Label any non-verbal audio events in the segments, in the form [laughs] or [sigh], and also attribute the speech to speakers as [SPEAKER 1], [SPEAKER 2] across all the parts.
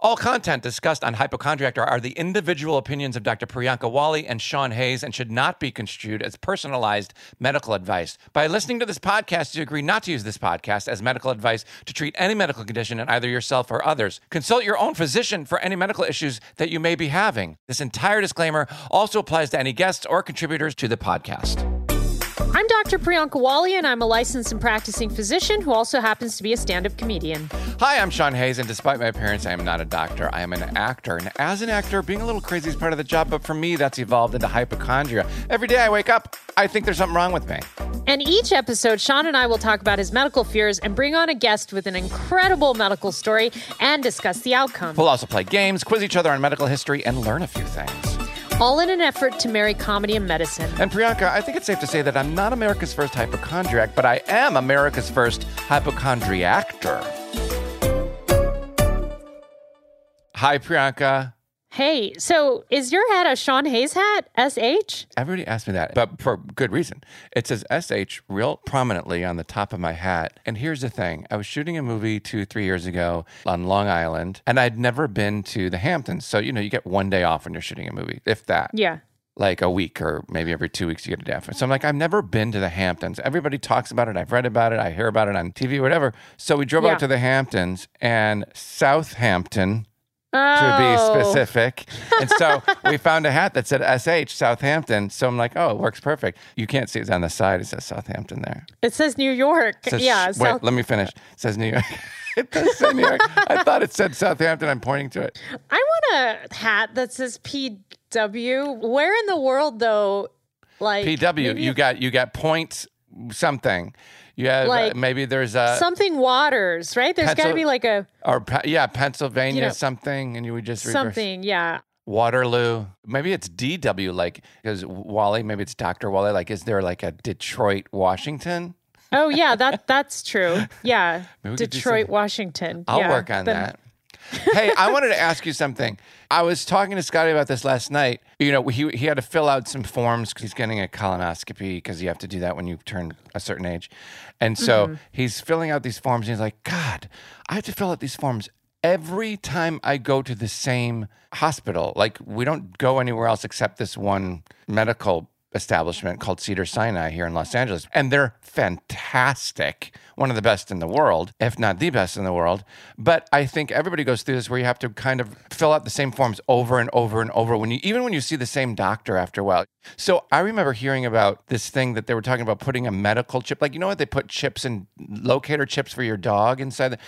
[SPEAKER 1] All content discussed on Hypochondriac are the individual opinions of Dr. Priyanka Wally and Sean Hayes and should not be construed as personalized medical advice. By listening to this podcast, you agree not to use this podcast as medical advice to treat any medical condition in either yourself or others. Consult your own physician for any medical issues that you may be having. This entire disclaimer also applies to any guests or contributors to the podcast.
[SPEAKER 2] I'm Dr. Priyanka Wally, and I'm a licensed and practicing physician who also happens to be a stand up comedian.
[SPEAKER 1] Hi, I'm Sean Hayes, and despite my appearance, I am not a doctor. I am an actor. And as an actor, being a little crazy is part of the job, but for me, that's evolved into hypochondria. Every day I wake up, I think there's something wrong with me.
[SPEAKER 2] And each episode, Sean and I will talk about his medical fears and bring on a guest with an incredible medical story and discuss the outcome,
[SPEAKER 1] We'll also play games, quiz each other on medical history, and learn a few things.
[SPEAKER 2] all in an effort to marry comedy and medicine.
[SPEAKER 1] And Priyanka, I think it's safe to say that I'm not America's first hypochondriac, but I am America's first hypochondriactor. Hi, Priyanka.
[SPEAKER 2] Hey, so is your hat a Sean Hayes hat? SH?
[SPEAKER 1] Everybody asked me that, but for good reason. It says SH real prominently on the top of my hat. And here's the thing I was shooting a movie two, three years ago on Long Island, and I'd never been to the Hamptons. So, you know, you get one day off when you're shooting a movie, if that.
[SPEAKER 2] Yeah.
[SPEAKER 1] Like a week or maybe every two weeks, you get a day off. So I'm like, I've never been to the Hamptons. Everybody talks about it. I've read about it. I hear about it on TV, whatever. So we drove
[SPEAKER 2] Yeah.
[SPEAKER 1] out to the Hamptons and Southampton to
[SPEAKER 2] Oh.
[SPEAKER 1] be specific. And
[SPEAKER 2] [laughs]
[SPEAKER 1] so we found a hat that said SH Southampton. So I'm like, oh, it works perfect. You can't see it's on the side. It says Southampton there.
[SPEAKER 2] It says New York.
[SPEAKER 1] It says-
[SPEAKER 2] yeah.
[SPEAKER 1] Wait,
[SPEAKER 2] South-
[SPEAKER 1] let me finish. It says New York. [laughs] it does say New York. I thought it said Southampton. I'm pointing to it.
[SPEAKER 2] I want a hat that says PW. Where in the world, though? Like
[SPEAKER 1] PW.
[SPEAKER 2] maybe
[SPEAKER 1] You got you got point something. You have uh,
[SPEAKER 2] Like,
[SPEAKER 1] maybe there's a
[SPEAKER 2] something waters, right? There's got to
[SPEAKER 1] Pencil-
[SPEAKER 2] be like a
[SPEAKER 1] or Pe- yeah Pennsylvania
[SPEAKER 2] you know,
[SPEAKER 1] something, and you would just reverse.
[SPEAKER 2] something. Yeah.
[SPEAKER 1] Waterloo. Maybe it's DW. Like because Wally. Maybe it's Doctor Wally. Like is there like a Detroit Washington?
[SPEAKER 2] Oh yeah, that that's true. Yeah.
[SPEAKER 1] [laughs] Maybe we could do
[SPEAKER 2] Detroit,
[SPEAKER 1] something.
[SPEAKER 2] Washington.
[SPEAKER 1] I'll
[SPEAKER 2] Yeah.
[SPEAKER 1] work on
[SPEAKER 2] Then-
[SPEAKER 1] that. hey, I wanted to ask you something. I was talking to Scotty about this last night. You know, he, he had to fill out some forms 'cause he's getting a colonoscopy because you have to do that when you turn a certain age. And so
[SPEAKER 2] Mm-hmm.
[SPEAKER 1] he's filling out these forms. And he's like, God, I have to fill out these forms every time I go to the same hospital. Like, we don't go anywhere else except this one medical establishment called Cedar Sinai here in Los Angeles. And they're fantastic, one of the best in the world, if not the best in the world. But I think everybody goes through this where you have to kind of fill out the same forms over and over and over when you even when you see the same doctor after a while. So I remember hearing about this thing that they were talking about putting a medical chip. Like you know what they put chips and locator chips for your dog inside the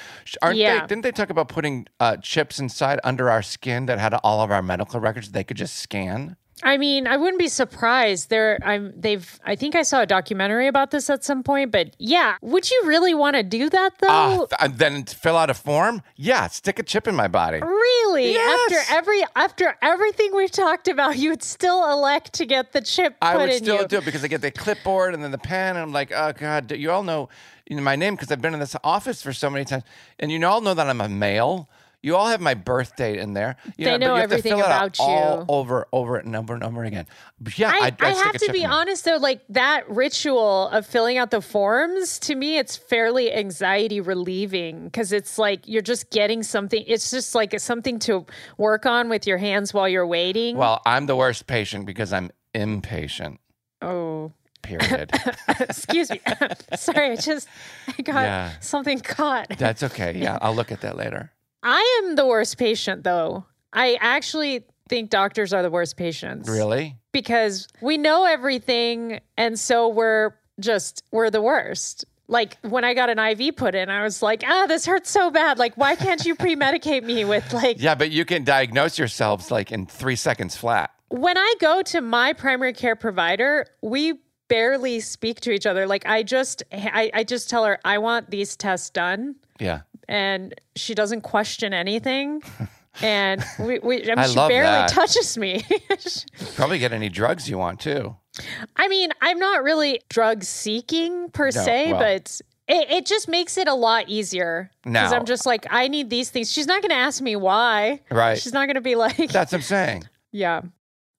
[SPEAKER 1] aren't
[SPEAKER 2] Yeah.
[SPEAKER 1] they didn't they talk about putting uh, chips inside under our skin that had all of our medical records they could just scan?
[SPEAKER 2] I mean, I wouldn't be surprised. There, I'm. They've. I think I saw a documentary about this at some point. But yeah, would you really want to do that though?
[SPEAKER 1] Ah, th- and then fill out a form? Yeah, stick a chip in my body.
[SPEAKER 2] Really?
[SPEAKER 1] Yes.
[SPEAKER 2] After every after everything we've talked about, you would still elect to get the chip put
[SPEAKER 1] I would
[SPEAKER 2] in
[SPEAKER 1] still
[SPEAKER 2] you.
[SPEAKER 1] do it because I get the clipboard and then the pen, and I'm like, oh god, you all know you know, my name because I've been in this office for so many times, and you all know that I'm a male. You all have my birth date in there. You
[SPEAKER 2] They
[SPEAKER 1] but
[SPEAKER 2] know
[SPEAKER 1] you have to
[SPEAKER 2] everything
[SPEAKER 1] fill it out
[SPEAKER 2] about you.
[SPEAKER 1] all over, over and over and over again. But yeah,
[SPEAKER 2] I,
[SPEAKER 1] I'd-
[SPEAKER 2] I
[SPEAKER 1] I'd stick
[SPEAKER 2] have
[SPEAKER 1] a
[SPEAKER 2] to
[SPEAKER 1] chip
[SPEAKER 2] be
[SPEAKER 1] in there.
[SPEAKER 2] honest though, like that ritual of filling out the forms, to me, it's fairly anxiety relieving because it's like you're just getting something. It's just like something to work on with your hands while you're waiting.
[SPEAKER 1] Well, I'm the worst patient because I'm impatient.
[SPEAKER 2] oh, [laughs]
[SPEAKER 1] Period.
[SPEAKER 2] excuse me. [laughs] Sorry, I just I got
[SPEAKER 1] Yeah.
[SPEAKER 2] something caught.
[SPEAKER 1] That's
[SPEAKER 2] [laughs]
[SPEAKER 1] okay. Yeah, I'll look at that later.
[SPEAKER 2] I am the worst patient though. I actually think doctors are the worst patients.
[SPEAKER 1] Really?
[SPEAKER 2] because we know everything and so we're just we're the worst like when i got an iv put in i was like ah this hurts so bad like why can't you pre-medicate me with like
[SPEAKER 1] Yeah, but you can diagnose yourselves like in three seconds flat.
[SPEAKER 2] when i go to my primary care provider we barely speak to each other like i just i, I just tell her i want these tests done
[SPEAKER 1] Yeah.
[SPEAKER 2] and she doesn't question
[SPEAKER 1] [laughs]
[SPEAKER 2] anything and we, we I mean,
[SPEAKER 1] I
[SPEAKER 2] she
[SPEAKER 1] love
[SPEAKER 2] barely
[SPEAKER 1] that.
[SPEAKER 2] touches me [laughs]
[SPEAKER 1] Probably get any drugs you want too.
[SPEAKER 2] I mean, I'm not really drug seeking per se,
[SPEAKER 1] well-
[SPEAKER 2] but it, it just makes it a lot easier. Because
[SPEAKER 1] Now-
[SPEAKER 2] I'm just like, I need these things. She's not going to ask me why.
[SPEAKER 1] Right.
[SPEAKER 2] She's not going to be like,
[SPEAKER 1] That's what I'm saying.
[SPEAKER 2] [laughs] yeah.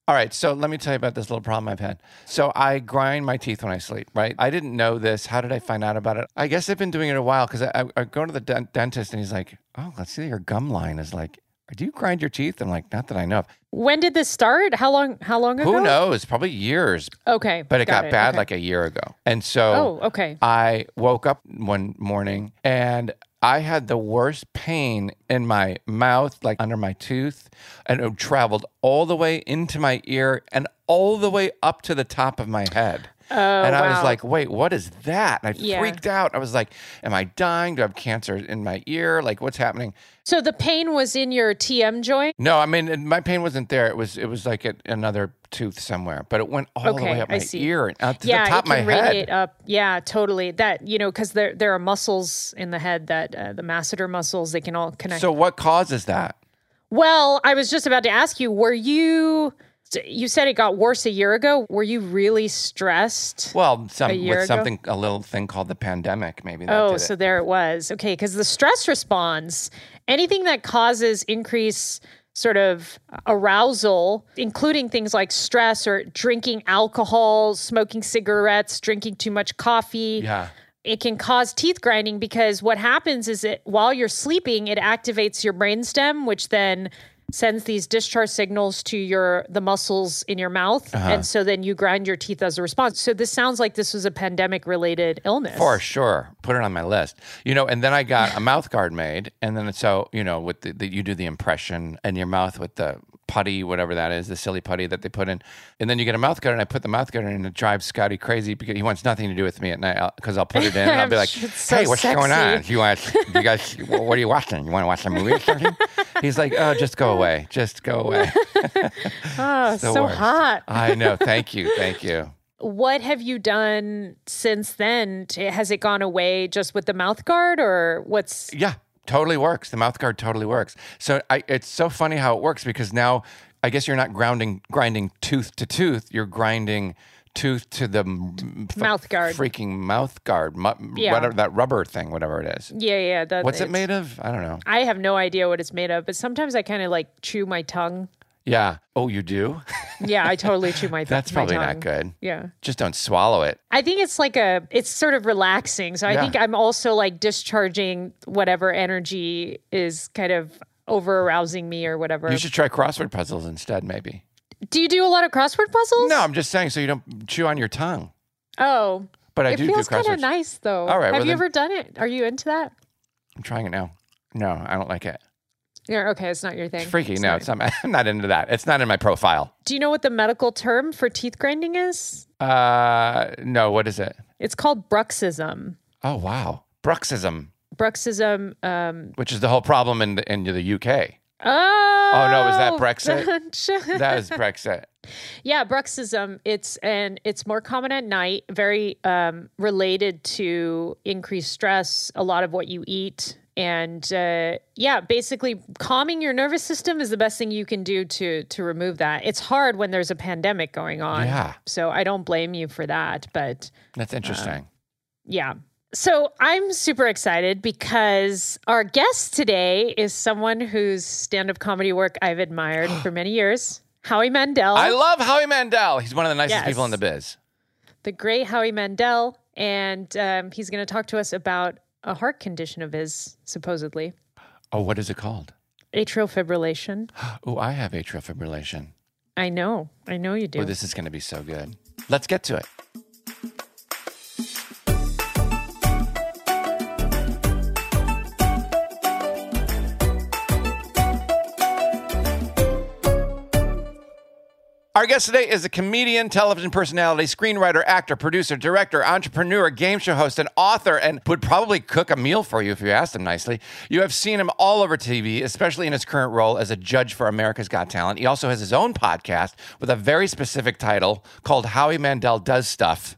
[SPEAKER 1] All right, so let me tell you about this little problem I've had. So I grind my teeth when I sleep, right? I didn't know this. How did I find out about it? I guess I've been doing it a while because I, I, I go to the dent- dentist and he's like, "Oh, let's see, your gum line is like do you grind your teeth? I'm like, not that I know of.
[SPEAKER 2] When did this start? How long? How long ago?
[SPEAKER 1] Who knows? Probably years,
[SPEAKER 2] Okay,
[SPEAKER 1] but it got, bad
[SPEAKER 2] okay.
[SPEAKER 1] like a year ago. And so
[SPEAKER 2] oh, okay.
[SPEAKER 1] I woke up one morning and I had the worst pain in my mouth, like under my tooth, and it traveled all the way into my ear and all the way up to the top of my head.
[SPEAKER 2] Oh,
[SPEAKER 1] and I
[SPEAKER 2] wow.
[SPEAKER 1] was like, wait, what is that? And I
[SPEAKER 2] Yeah.
[SPEAKER 1] freaked out. I was like, am I dying? Do I have cancer in my ear? Like, what's happening?
[SPEAKER 2] so the pain was in your TM joint.
[SPEAKER 1] No, I mean it- my pain wasn't there. It was it was like at another tooth somewhere, but it went all the
[SPEAKER 2] Okay,
[SPEAKER 1] way up
[SPEAKER 2] I
[SPEAKER 1] my
[SPEAKER 2] see.
[SPEAKER 1] ear and out to
[SPEAKER 2] yeah,
[SPEAKER 1] the top
[SPEAKER 2] it
[SPEAKER 1] of my
[SPEAKER 2] can radiate
[SPEAKER 1] head.
[SPEAKER 2] up. Yeah, totally. That you know, because there there are muscles in the head that uh, the masseter muscles they can all connect.
[SPEAKER 1] So what causes that?
[SPEAKER 2] well, I was just about to ask you, were you? You said it got worse a year ago. Were you really stressed?
[SPEAKER 1] Well, some
[SPEAKER 2] A year
[SPEAKER 1] with
[SPEAKER 2] ago?
[SPEAKER 1] something a little thing called the pandemic, maybe. That
[SPEAKER 2] Oh,
[SPEAKER 1] did
[SPEAKER 2] so
[SPEAKER 1] it.
[SPEAKER 2] there it was. Okay, because the stress response, anything that causes increase sort of arousal, including things like stress or drinking alcohol, smoking cigarettes, drinking too much coffee,
[SPEAKER 1] yeah.
[SPEAKER 2] it can cause teeth grinding because what happens is it while you're sleeping, it activates your brainstem, which then sends these discharge signals to your the muscles in your mouth
[SPEAKER 1] Uh-huh.
[SPEAKER 2] and so then you grind your teeth as a response so this sounds like this was a pandemic related illness
[SPEAKER 1] For sure, put it on my list. You know, and then I got
[SPEAKER 2] [laughs]
[SPEAKER 1] a mouth guard made, and then so you know, with the, the you do the impression and your mouth with the putty, whatever that is, the silly putty that they put in, and then you get a mouth guard, and I put the mouth guard in, and it drives Scotty crazy because he wants nothing to do with me at night because I'll put it in, and
[SPEAKER 2] [laughs]
[SPEAKER 1] I'll be like,
[SPEAKER 2] It's so
[SPEAKER 1] "Hey, what's going
[SPEAKER 2] sexy."
[SPEAKER 1] on? You want you
[SPEAKER 2] [laughs]
[SPEAKER 1] guys? What are you watching? You want to watch a movie or something?" He's like, "Oh, just go away, just go away."
[SPEAKER 2] [laughs] Oh,
[SPEAKER 1] [laughs] It's the
[SPEAKER 2] so
[SPEAKER 1] worst.
[SPEAKER 2] hot.
[SPEAKER 1] I know. Thank you, thank you.
[SPEAKER 2] What have you done since then? T- Has it gone away just with the mouth guard or what's
[SPEAKER 1] Yeah, totally works. The mouth guard totally works. So I, it's so funny how it works because now I guess you're not grounding grinding tooth to tooth. You're grinding tooth to the m- f-
[SPEAKER 2] Mouth guard.
[SPEAKER 1] freaking mouth guard, mu-
[SPEAKER 2] Yeah.
[SPEAKER 1] whatever that rubber thing, whatever it is.
[SPEAKER 2] Yeah, yeah, that
[SPEAKER 1] What's it
[SPEAKER 2] it's-
[SPEAKER 1] made of? I don't know.
[SPEAKER 2] I have no idea what it's made of, but sometimes I kind of like chew my tongue.
[SPEAKER 1] Yeah. Oh, you do. [laughs]
[SPEAKER 2] Yeah, I totally chew my
[SPEAKER 1] That's
[SPEAKER 2] my
[SPEAKER 1] probably not
[SPEAKER 2] tongue.
[SPEAKER 1] good.
[SPEAKER 2] Yeah.
[SPEAKER 1] Just don't swallow it.
[SPEAKER 2] I think it's like a it's sort of relaxing. So I
[SPEAKER 1] Yeah.
[SPEAKER 2] think I'm also like discharging whatever energy is kind of over arousing me or whatever.
[SPEAKER 1] You should try crossword puzzles instead, maybe.
[SPEAKER 2] do you do a lot of crossword puzzles?
[SPEAKER 1] No, I'm just saying so you don't chew on your tongue.
[SPEAKER 2] Oh.
[SPEAKER 1] But I
[SPEAKER 2] it
[SPEAKER 1] do
[SPEAKER 2] feels
[SPEAKER 1] do
[SPEAKER 2] kind
[SPEAKER 1] crossword.
[SPEAKER 2] of nice though.
[SPEAKER 1] All right,
[SPEAKER 2] Have
[SPEAKER 1] well
[SPEAKER 2] you
[SPEAKER 1] then-
[SPEAKER 2] ever done it? Are you into that?
[SPEAKER 1] I'm trying it now. No, I don't like it.
[SPEAKER 2] Yeah, okay, it's not your thing.
[SPEAKER 1] It's freaky.
[SPEAKER 2] It's
[SPEAKER 1] no,
[SPEAKER 2] not-
[SPEAKER 1] it's not, [laughs] I'm not into that. It's not in my profile.
[SPEAKER 2] Do you know what the medical term for teeth grinding is?
[SPEAKER 1] Uh, no, what is it?
[SPEAKER 2] It's called bruxism.
[SPEAKER 1] Oh, wow. Bruxism,
[SPEAKER 2] Bruxism. Um,
[SPEAKER 1] which is the whole problem in the, in the UK.
[SPEAKER 2] oh,
[SPEAKER 1] no, was that Brexit?
[SPEAKER 2] Sh-
[SPEAKER 1] That is Brexit.
[SPEAKER 2] [laughs] yeah, bruxism. It's and it's more common at night. Very um, related to increased stress, a lot of what you eat, and uh, yeah, basically calming your nervous system is the best thing you can do to to remove that. It's hard when there's a pandemic going
[SPEAKER 1] [laughs]
[SPEAKER 2] on.
[SPEAKER 1] Yeah.
[SPEAKER 2] So I don't blame you for that, but
[SPEAKER 1] That's interesting.
[SPEAKER 2] Yeah. So I'm super excited because our guest today is someone whose stand up comedy work I've admired for many years. Howie Mandel,
[SPEAKER 1] I love Howie Mandel. He's one of the nicest
[SPEAKER 2] Yes.
[SPEAKER 1] people in the biz.
[SPEAKER 2] the great Howie Mandel. And um, he's going to talk to us about a heart condition of his, supposedly
[SPEAKER 1] Oh, what is it called?
[SPEAKER 2] atrial fibrillation.
[SPEAKER 1] Oh, I have atrial fibrillation.
[SPEAKER 2] I know. I know you do.
[SPEAKER 1] Oh, this is going to be so good. Let's get to it. Our guest today is a comedian, television personality, screenwriter, actor, producer, director, entrepreneur, game show host, and author, and would probably cook a meal for you if you asked him nicely. You have seen him all over TV, especially in his current role as a judge for America's Got Talent. He also has his own podcast with a very specific title called Howie Mandel Does Stuff.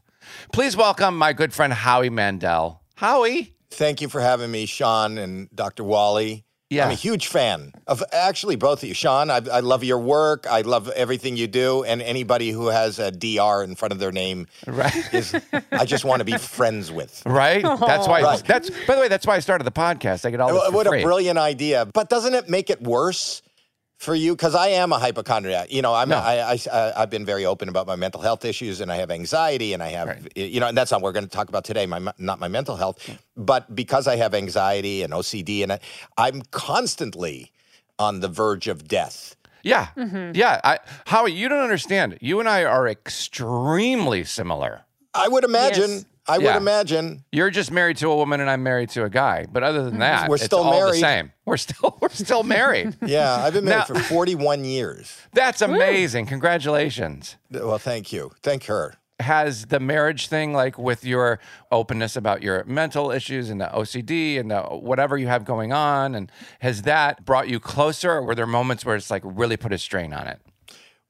[SPEAKER 1] Please welcome my good friend Howie Mandel. Howie.
[SPEAKER 3] Thank you for having me, Sean and Dr. Wally.
[SPEAKER 1] Yeah.
[SPEAKER 3] I'm a huge fan of actually both of you. Sean, I, I love your work. I love everything you do. And anybody who has a DR in front of their name
[SPEAKER 1] Right.
[SPEAKER 3] is, I just want to be friends with. [laughs]
[SPEAKER 1] Right? That's why
[SPEAKER 3] Right.
[SPEAKER 1] that's by the way, that's why I started the podcast. I get all this for
[SPEAKER 3] What
[SPEAKER 1] free.
[SPEAKER 3] a brilliant idea. But doesn't it make it worse for you? Because I am a hypochondriac. You know, I'm, I, I, I, I've been very open about my mental health issues and I have anxiety and I have, you know, and that's not what we're going to talk about today, my, me- not my mental health. But because I have anxiety and OCD and I, I'm constantly on the verge of death.
[SPEAKER 1] Yeah.
[SPEAKER 3] Mm-hmm.
[SPEAKER 1] Yeah. I, Howie, you don't understand. You and I are extremely similar.
[SPEAKER 3] I would imagine.
[SPEAKER 2] Yes.
[SPEAKER 3] I would
[SPEAKER 1] Yeah.
[SPEAKER 3] imagine.
[SPEAKER 1] You're just married to a woman and I'm married to a guy. But other than that,
[SPEAKER 3] Mm-hmm. We're
[SPEAKER 1] it's
[SPEAKER 3] still
[SPEAKER 1] all the
[SPEAKER 3] married.
[SPEAKER 1] same. We're still [laughs] we're still
[SPEAKER 3] [laughs]
[SPEAKER 1] married.
[SPEAKER 3] Yeah, I've been married
[SPEAKER 1] Now-
[SPEAKER 3] for 41 years.
[SPEAKER 1] That's amazing. Congratulations.
[SPEAKER 3] Well, thank you. Thank her.
[SPEAKER 1] Has the marriage thing like with your openness about your mental issues and the OCD and the whatever you have going on and has that brought you closer or were there moments where it's like really put a strain on it?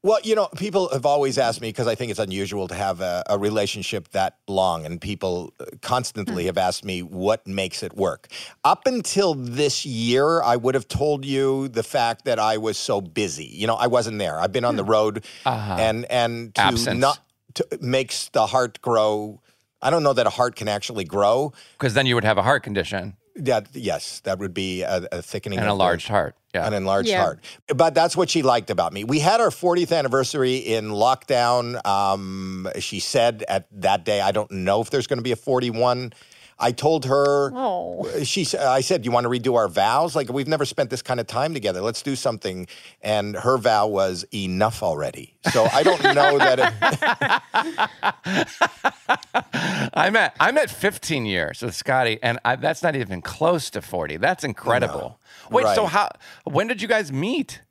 [SPEAKER 3] Well, you know, people have always asked me because I think it's unusual to have a, a relationship that long, and people uh,
[SPEAKER 1] Mm.
[SPEAKER 3] constantly have asked me what makes it work. Up until this year, I would have told you the fact that I was so busy. You know, I wasn't there. I've been on the road, and and to
[SPEAKER 1] Hmm. Uh-huh. Absence.
[SPEAKER 3] not to, makes the heart grow. I don't know that a heart can actually grow.
[SPEAKER 1] Because then you would have a heart condition
[SPEAKER 3] That yes, that would be a, a thickening
[SPEAKER 1] and a
[SPEAKER 3] of the-
[SPEAKER 1] large heart. Yeah.
[SPEAKER 3] an enlarged
[SPEAKER 2] Yeah.
[SPEAKER 3] heart. But that's what she liked about me. We had our 40th anniversary in lockdown. Um, she said at that day, I don't know if there's going to be a 41. I told her,
[SPEAKER 2] Oh.
[SPEAKER 3] she, s- I said, you want to redo our vows? Like we've never spent this kind of time together. Let's do something. And her vow was enough already. So I don't know that. It,
[SPEAKER 1] I'm at I'm at 15 years with Scotty, and I, that's not even close to 40. That's incredible. Wait, so
[SPEAKER 3] Right.
[SPEAKER 1] how? When did you guys meet?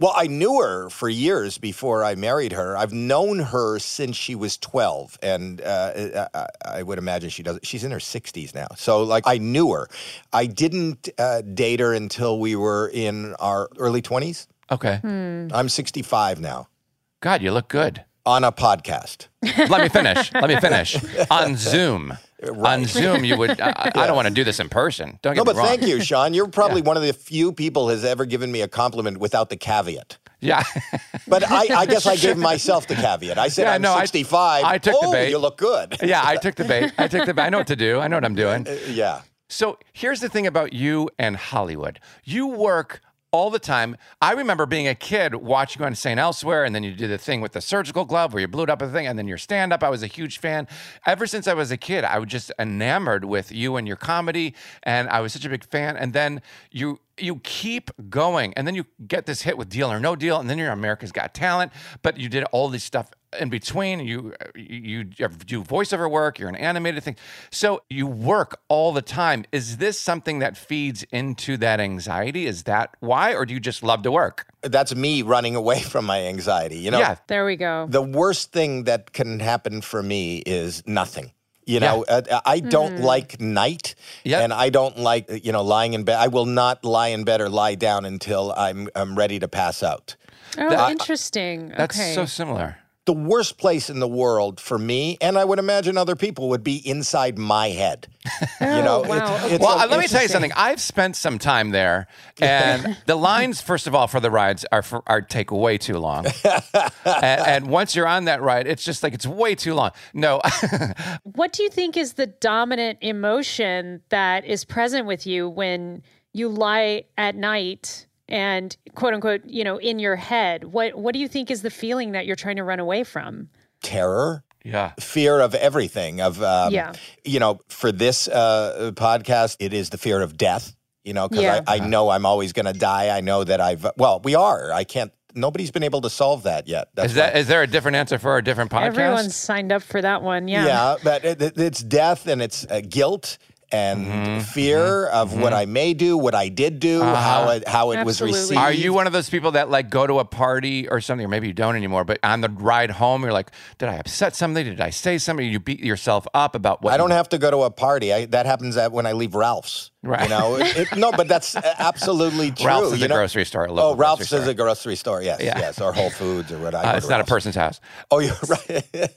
[SPEAKER 3] well, I knew her for years before I married her. I've known her since she was 12, and uh, I, I would imagine she does. She's in her 60s now, so like I knew her. I didn't uh, date her until we were in our early 20s.
[SPEAKER 1] Okay,
[SPEAKER 3] I'm 65 now.
[SPEAKER 1] God, you look good.
[SPEAKER 3] On a podcast,
[SPEAKER 1] Let me finish. Let me finish
[SPEAKER 3] [laughs]
[SPEAKER 1] on Zoom. On Zoom, you would. I, I- I don't want to do this in person. Don't get
[SPEAKER 3] no,
[SPEAKER 1] me
[SPEAKER 3] but
[SPEAKER 1] wrong.
[SPEAKER 3] thank you, Sean. You're probably one of the few people has ever given me a compliment without the caveat.
[SPEAKER 1] Yeah, [laughs]
[SPEAKER 3] But I, I guess I gave myself the caveat. I said
[SPEAKER 1] Yeah,
[SPEAKER 3] I'm
[SPEAKER 1] no, I-
[SPEAKER 3] 65.
[SPEAKER 1] I took the
[SPEAKER 3] oh,
[SPEAKER 1] bait."
[SPEAKER 3] you look good.
[SPEAKER 1] yeah. I took the bait. I took the bait. I know what to do. I know what I'm doing.
[SPEAKER 3] [laughs] yeah.
[SPEAKER 1] So here's the thing about you and Hollywood. You work all the time. I remember being a kid watching you on St. Elsewhere, and then you did the thing with the surgical glove where you blew it up a thing, and then your stand up. I was a huge fan. Ever since I was a kid, I was just enamored with you and your comedy, and I was such a big fan. And then you you keep going, and then you get this hit with Deal or No Deal, and then you're on America's Got Talent, but you did all this stuff in between you you you do voiceover work you're an animated thing so you work all the time is this something that feeds into that anxiety is that why or do you just love to work
[SPEAKER 3] that's me running away [laughs] from my anxiety. You know,
[SPEAKER 1] yeah
[SPEAKER 2] There we go.
[SPEAKER 3] the worst thing that can happen for me is nothing. You know, uh, I don't like night,
[SPEAKER 1] Yep.
[SPEAKER 3] and I don't like uh, you know lying in bed. I will not lie in bed or lie down until I'm I'm ready to pass out.
[SPEAKER 2] Oh, interesting.
[SPEAKER 1] that's
[SPEAKER 2] okay.
[SPEAKER 1] so similar
[SPEAKER 3] The worst place in the world for me, and I would imagine other people, would be inside my head. you know,
[SPEAKER 2] wow.
[SPEAKER 3] it's, it's
[SPEAKER 1] well
[SPEAKER 3] a-
[SPEAKER 1] uh, let me tell you
[SPEAKER 3] interesting-
[SPEAKER 1] something i've spent some time there
[SPEAKER 3] [laughs]
[SPEAKER 1] and the lines first of all for the rides are for, are take way too
[SPEAKER 3] [laughs]
[SPEAKER 1] long and, and once you're on that ride it's just like it's way too long no [laughs]
[SPEAKER 2] what do you think is the dominant emotion that is present with you when you lie at night and quote unquote, you know, in your head? What what do you think is the feeling that you're trying to run away from?
[SPEAKER 3] Terror.
[SPEAKER 1] yeah
[SPEAKER 3] fear of everything of um,
[SPEAKER 2] Yeah.
[SPEAKER 3] you know for this uh, podcast it is the fear of death you know because
[SPEAKER 2] Yeah.
[SPEAKER 3] I, I know i'm always going to die i know that i've well we are i can't nobody's been able to solve that yet That's
[SPEAKER 1] is
[SPEAKER 3] why-
[SPEAKER 1] that is there a different answer for a different podcast
[SPEAKER 2] Everyone's signed up for that one. Yeah.
[SPEAKER 3] yeah but it, it- it's death and it's uh, guilt and
[SPEAKER 1] Mm-hmm.
[SPEAKER 3] fear of what i may do what i did do how it, how it was
[SPEAKER 2] Absolutely.
[SPEAKER 3] received
[SPEAKER 1] Uh-huh. Are you one of those people that like go to a party or something, or maybe you don't anymore, but on the ride home, you're like, did I upset somebody? Did I say something? You beat yourself up about what
[SPEAKER 3] I don't
[SPEAKER 1] you-
[SPEAKER 3] have to go to a party. I, that happens at, when I leave Ralph's.
[SPEAKER 1] Right.
[SPEAKER 3] You know, It- no, but that's uh, absolutely
[SPEAKER 1] [laughs]
[SPEAKER 3] true.
[SPEAKER 1] Ralph's is
[SPEAKER 3] you
[SPEAKER 1] a
[SPEAKER 3] know?
[SPEAKER 1] grocery store. a local
[SPEAKER 3] Oh, Ralph's
[SPEAKER 1] grocery
[SPEAKER 3] is a grocery store. Yes,
[SPEAKER 1] Yeah.
[SPEAKER 3] yes, or Whole Foods or what I.
[SPEAKER 1] store.
[SPEAKER 3] go
[SPEAKER 1] Uh,
[SPEAKER 3] to
[SPEAKER 1] it's not a
[SPEAKER 3] Ralph's.
[SPEAKER 1] person's house.
[SPEAKER 3] Oh, you're [laughs] right.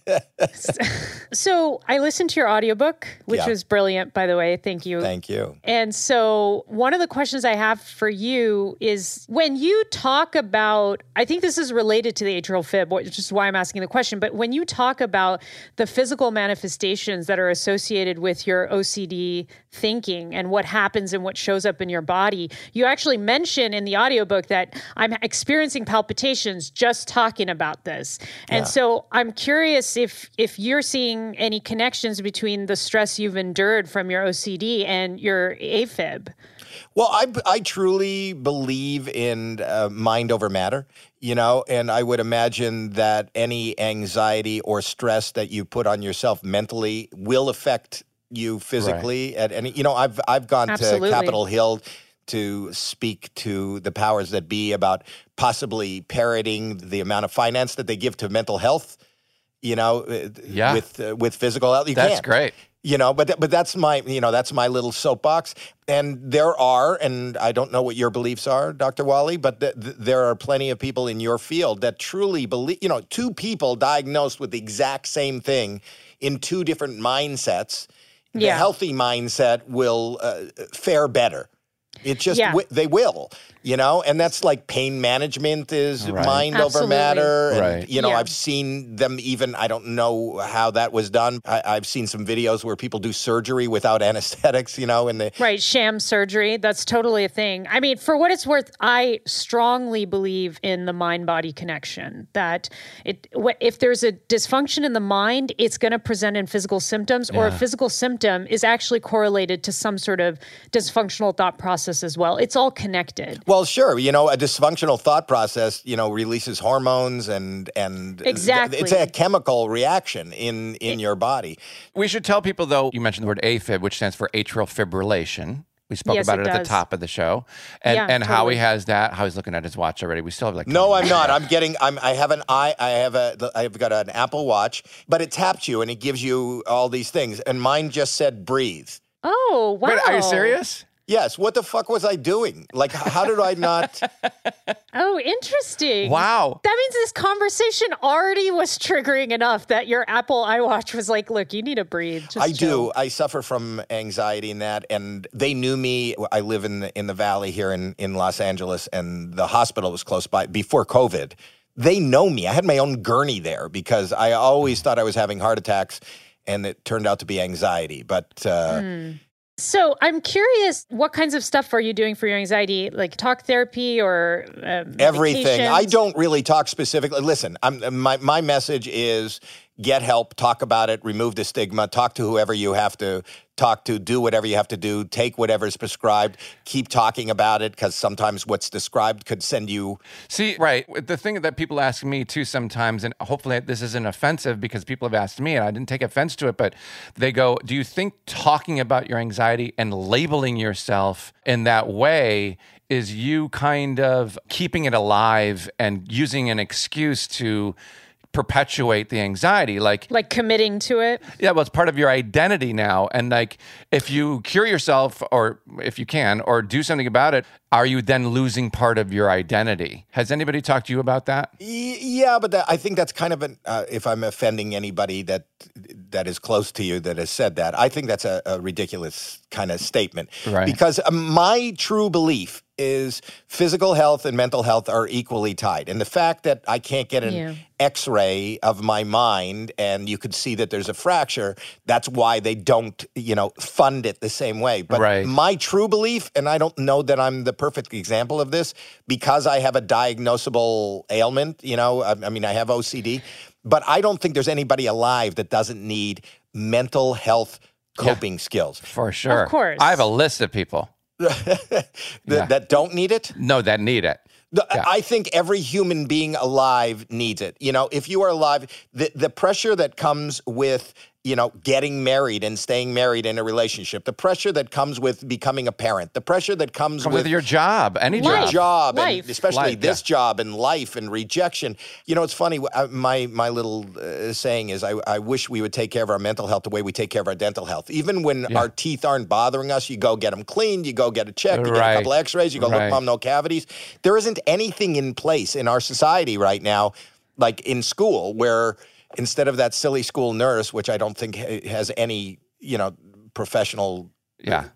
[SPEAKER 2] So I listened to your audiobook, which
[SPEAKER 3] Yeah.
[SPEAKER 2] was brilliant, by the way. Thank you.
[SPEAKER 3] Thank you.
[SPEAKER 2] And so, one of the questions I have for you is when you talk about, I think this is related to the atrial fib, which is why I'm asking the question, but when you talk about the physical manifestations that are associated with your OCD thinking and what happens and what shows up in your body, you actually mention in the audiobook that I'm experiencing palpitations just talking about this. And so, I'm curious if if you're seeing any connections between the stress you've endured from your OCD and your AFib.
[SPEAKER 3] Well, I, I truly believe in uh, mind over matter, you know, and I would imagine that any anxiety or stress that you put on yourself mentally will affect you physically at any, you know, I've, I've gone
[SPEAKER 2] Absolutely.
[SPEAKER 3] to Capitol Hill to speak to the powers that be about possibly parroting the amount of finance that they give to mental health, you know, uh,
[SPEAKER 1] Yeah.
[SPEAKER 3] with, uh, with physical health. You
[SPEAKER 1] That's
[SPEAKER 3] can't
[SPEAKER 1] great.
[SPEAKER 3] you know but th- but that's my you know that's my little soapbox and there are and i don't know what your beliefs are dr wally but th- th- there are plenty of people in your field that truly believe you know two people diagnosed with the exact same thing in two different mindsets the
[SPEAKER 2] Yeah.
[SPEAKER 3] healthy mindset will uh, fare better it just
[SPEAKER 2] Yeah.
[SPEAKER 3] wi- they will you know and that's like pain management is
[SPEAKER 1] Right.
[SPEAKER 3] mind over
[SPEAKER 2] Absolutely.
[SPEAKER 3] matter and
[SPEAKER 1] Right.
[SPEAKER 3] you know
[SPEAKER 2] Yeah.
[SPEAKER 3] i've seen them even i don't know how that was done I, i've seen some videos where people do surgery without [laughs] anesthetics you know and they
[SPEAKER 2] Right, sham surgery. That's totally a thing. I mean, for what it's worth, I strongly believe in the mind body connection that it wh- if there's a dysfunction in the mind, it's going to present in physical symptoms or a physical symptom is actually correlated to some sort of dysfunctional thought process as well. It's all connected.
[SPEAKER 3] well sure you know a dysfunctional thought process you know releases hormones and and
[SPEAKER 2] Exactly.
[SPEAKER 3] it's a chemical reaction in in your body
[SPEAKER 1] We should tell people though, you mentioned the word AFib, which stands for atrial fibrillation. We spoke
[SPEAKER 2] Yes,
[SPEAKER 1] about it,
[SPEAKER 2] it
[SPEAKER 1] at the
[SPEAKER 2] does.
[SPEAKER 1] top of the show. And
[SPEAKER 2] Yeah,
[SPEAKER 1] and
[SPEAKER 2] totally.
[SPEAKER 1] Howie has that. Howie's looking at his watch already. We still have like 20
[SPEAKER 3] No, I'm
[SPEAKER 1] minutes.
[SPEAKER 3] not.
[SPEAKER 2] [laughs]
[SPEAKER 3] I'm getting. I'm. I have an. I. I have a. I've got an Apple Watch, but it tapped you and it gives you all these things. And mine just said breathe.
[SPEAKER 2] Oh, wow.
[SPEAKER 1] Wait, are you serious?
[SPEAKER 3] Yes. What the fuck was I doing? Like, h- how did I not?
[SPEAKER 2] Oh, interesting.
[SPEAKER 1] Wow.
[SPEAKER 2] That means this conversation already was triggering enough that your Apple iWatch was like, look, you need to breathe. Just
[SPEAKER 3] I
[SPEAKER 2] chill."
[SPEAKER 3] do. I suffer from anxiety and that. And they knew me. I live in the, in the valley here in in Los Angeles, and the hospital was close by before COVID. They know me. I had my own gurney there because I
[SPEAKER 2] Mm.
[SPEAKER 3] always thought I was having heart attacks, and it turned out to be anxiety. But uh,
[SPEAKER 2] So I'm curious, what kinds of stuff are you doing for your anxiety, like talk therapy or um,
[SPEAKER 3] everything. I
[SPEAKER 2] medications?
[SPEAKER 3] don't really talk specifically. Listen, I'm, my my message is get help, talk about it, remove the stigma, talk to whoever you have to talk to, do whatever you have to do, take whatever's prescribed, keep talking about it because sometimes what's described could send you.
[SPEAKER 1] See, right. The thing that people ask me too sometimes, and hopefully this isn't offensive because people have asked me and I didn't take offense to it, but they go, Do you think talking about your anxiety and labeling yourself in that way is you kind of keeping it alive and using an excuse to perpetuate the anxiety? Like,
[SPEAKER 2] like committing to it.
[SPEAKER 1] yeah, well, it's part of your identity now. And like, if you cure yourself, or if you can, or do something about it, are you then losing part of your identity? Has anybody talked to you about that?
[SPEAKER 3] Y- Yeah, but that, I think that's kind of an. Uh, if I'm offending anybody that that is close to you that has said that, I think that's a, a ridiculous kind of statement.
[SPEAKER 1] Right.
[SPEAKER 3] Because uh, my true belief is physical health and mental health are equally tied, and the fact that I can't get an
[SPEAKER 2] Yeah.
[SPEAKER 3] X-ray of my mind and you could see that there's a fracture, that's why they don't, you know, fund it the same way. But
[SPEAKER 1] Right.
[SPEAKER 3] my true belief, and I don't know that I'm the perfect example of this because I have a diagnosable ailment, you know, I, I mean, I have OCD, but I don't think there's anybody alive that doesn't need mental health coping skills [laughs]
[SPEAKER 1] For sure.
[SPEAKER 2] course.
[SPEAKER 1] I have a list of people.
[SPEAKER 3] that,
[SPEAKER 1] Yeah.
[SPEAKER 3] that don't need it.
[SPEAKER 1] No, that need it.
[SPEAKER 3] The- I think every human being alive needs it. You know, if you are alive, the, the pressure that comes with, you know, getting married and staying married in a relationship, the pressure that comes with becoming a parent, the pressure that comes
[SPEAKER 1] With,
[SPEAKER 3] with,
[SPEAKER 1] your job, any
[SPEAKER 2] Life.
[SPEAKER 1] job.
[SPEAKER 3] job,
[SPEAKER 2] Life.
[SPEAKER 3] and especially
[SPEAKER 1] Life,
[SPEAKER 3] this job and life and rejection. You know, it's funny. wh- I- My my little uh, saying is, I, I wish we would take care of our mental health the way we take care of our dental health. Even when our teeth aren't bothering us, you go get them cleaned, you go get a check, you get
[SPEAKER 1] Right.
[SPEAKER 3] a couple X-rays, you go
[SPEAKER 1] Right.
[SPEAKER 3] look, mom, no cavities. There isn't anything in place in our society right now, like in school, where instead of that silly school nurse, which I don't think ha- has any, you know, professional
[SPEAKER 1] Yeah.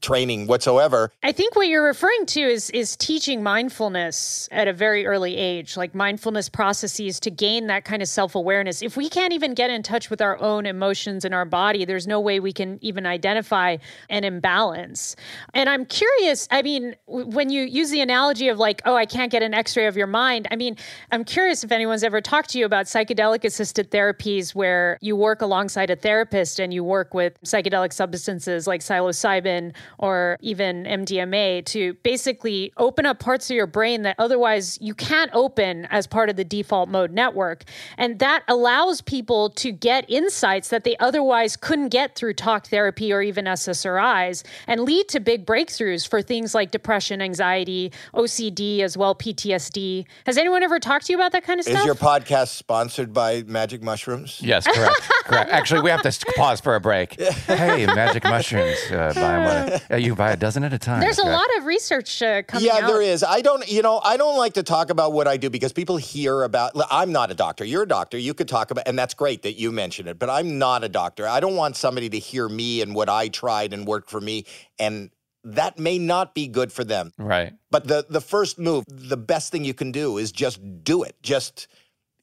[SPEAKER 3] training whatsoever.
[SPEAKER 2] I think what you're referring to is is teaching mindfulness at a very early age, like mindfulness processes to gain that kind of self-awareness. If we can't even get in touch with our own emotions in our body, there's no way we can even identify an imbalance. And I'm curious, I mean, w- when you use the analogy of like, oh, I can't get an x-ray of your mind, I mean, I'm curious if anyone's ever talked to you about psychedelic assisted therapies where you work alongside a therapist and you work with psychedelic substances like psilocybin or even MDMA to basically open up parts of your brain that otherwise you can't open as part of the default mode network. And that allows people to get insights that they otherwise couldn't get through talk therapy or even SSRIs and lead to big breakthroughs for things like depression, anxiety, OCD, as well PTSD. Has anyone ever talked to you about that kind of
[SPEAKER 3] Is
[SPEAKER 2] stuff?
[SPEAKER 3] your podcast sponsored by Magic Mushrooms?
[SPEAKER 1] Yes,
[SPEAKER 2] [laughs]
[SPEAKER 1] correct. correct. Actually, we have to s- pause for a break. hey, magic mushrooms. [laughs] Uh, buy 'em on a- uh, you buy a dozen at a time.
[SPEAKER 2] There's a
[SPEAKER 1] Okay.
[SPEAKER 2] lot of research uh, coming
[SPEAKER 3] Yeah,
[SPEAKER 2] out.
[SPEAKER 3] there is. I don't, you know, I don't like to talk about what I do because people hear about. li- I'm not a doctor. You're a doctor. You could talk about, and that's great that you mentioned it. But I'm not a doctor. I don't want somebody to hear me and what I tried and worked for me, and that may not be good for them.
[SPEAKER 1] Right.
[SPEAKER 3] But the the first move, the best thing you can do is just do it. Just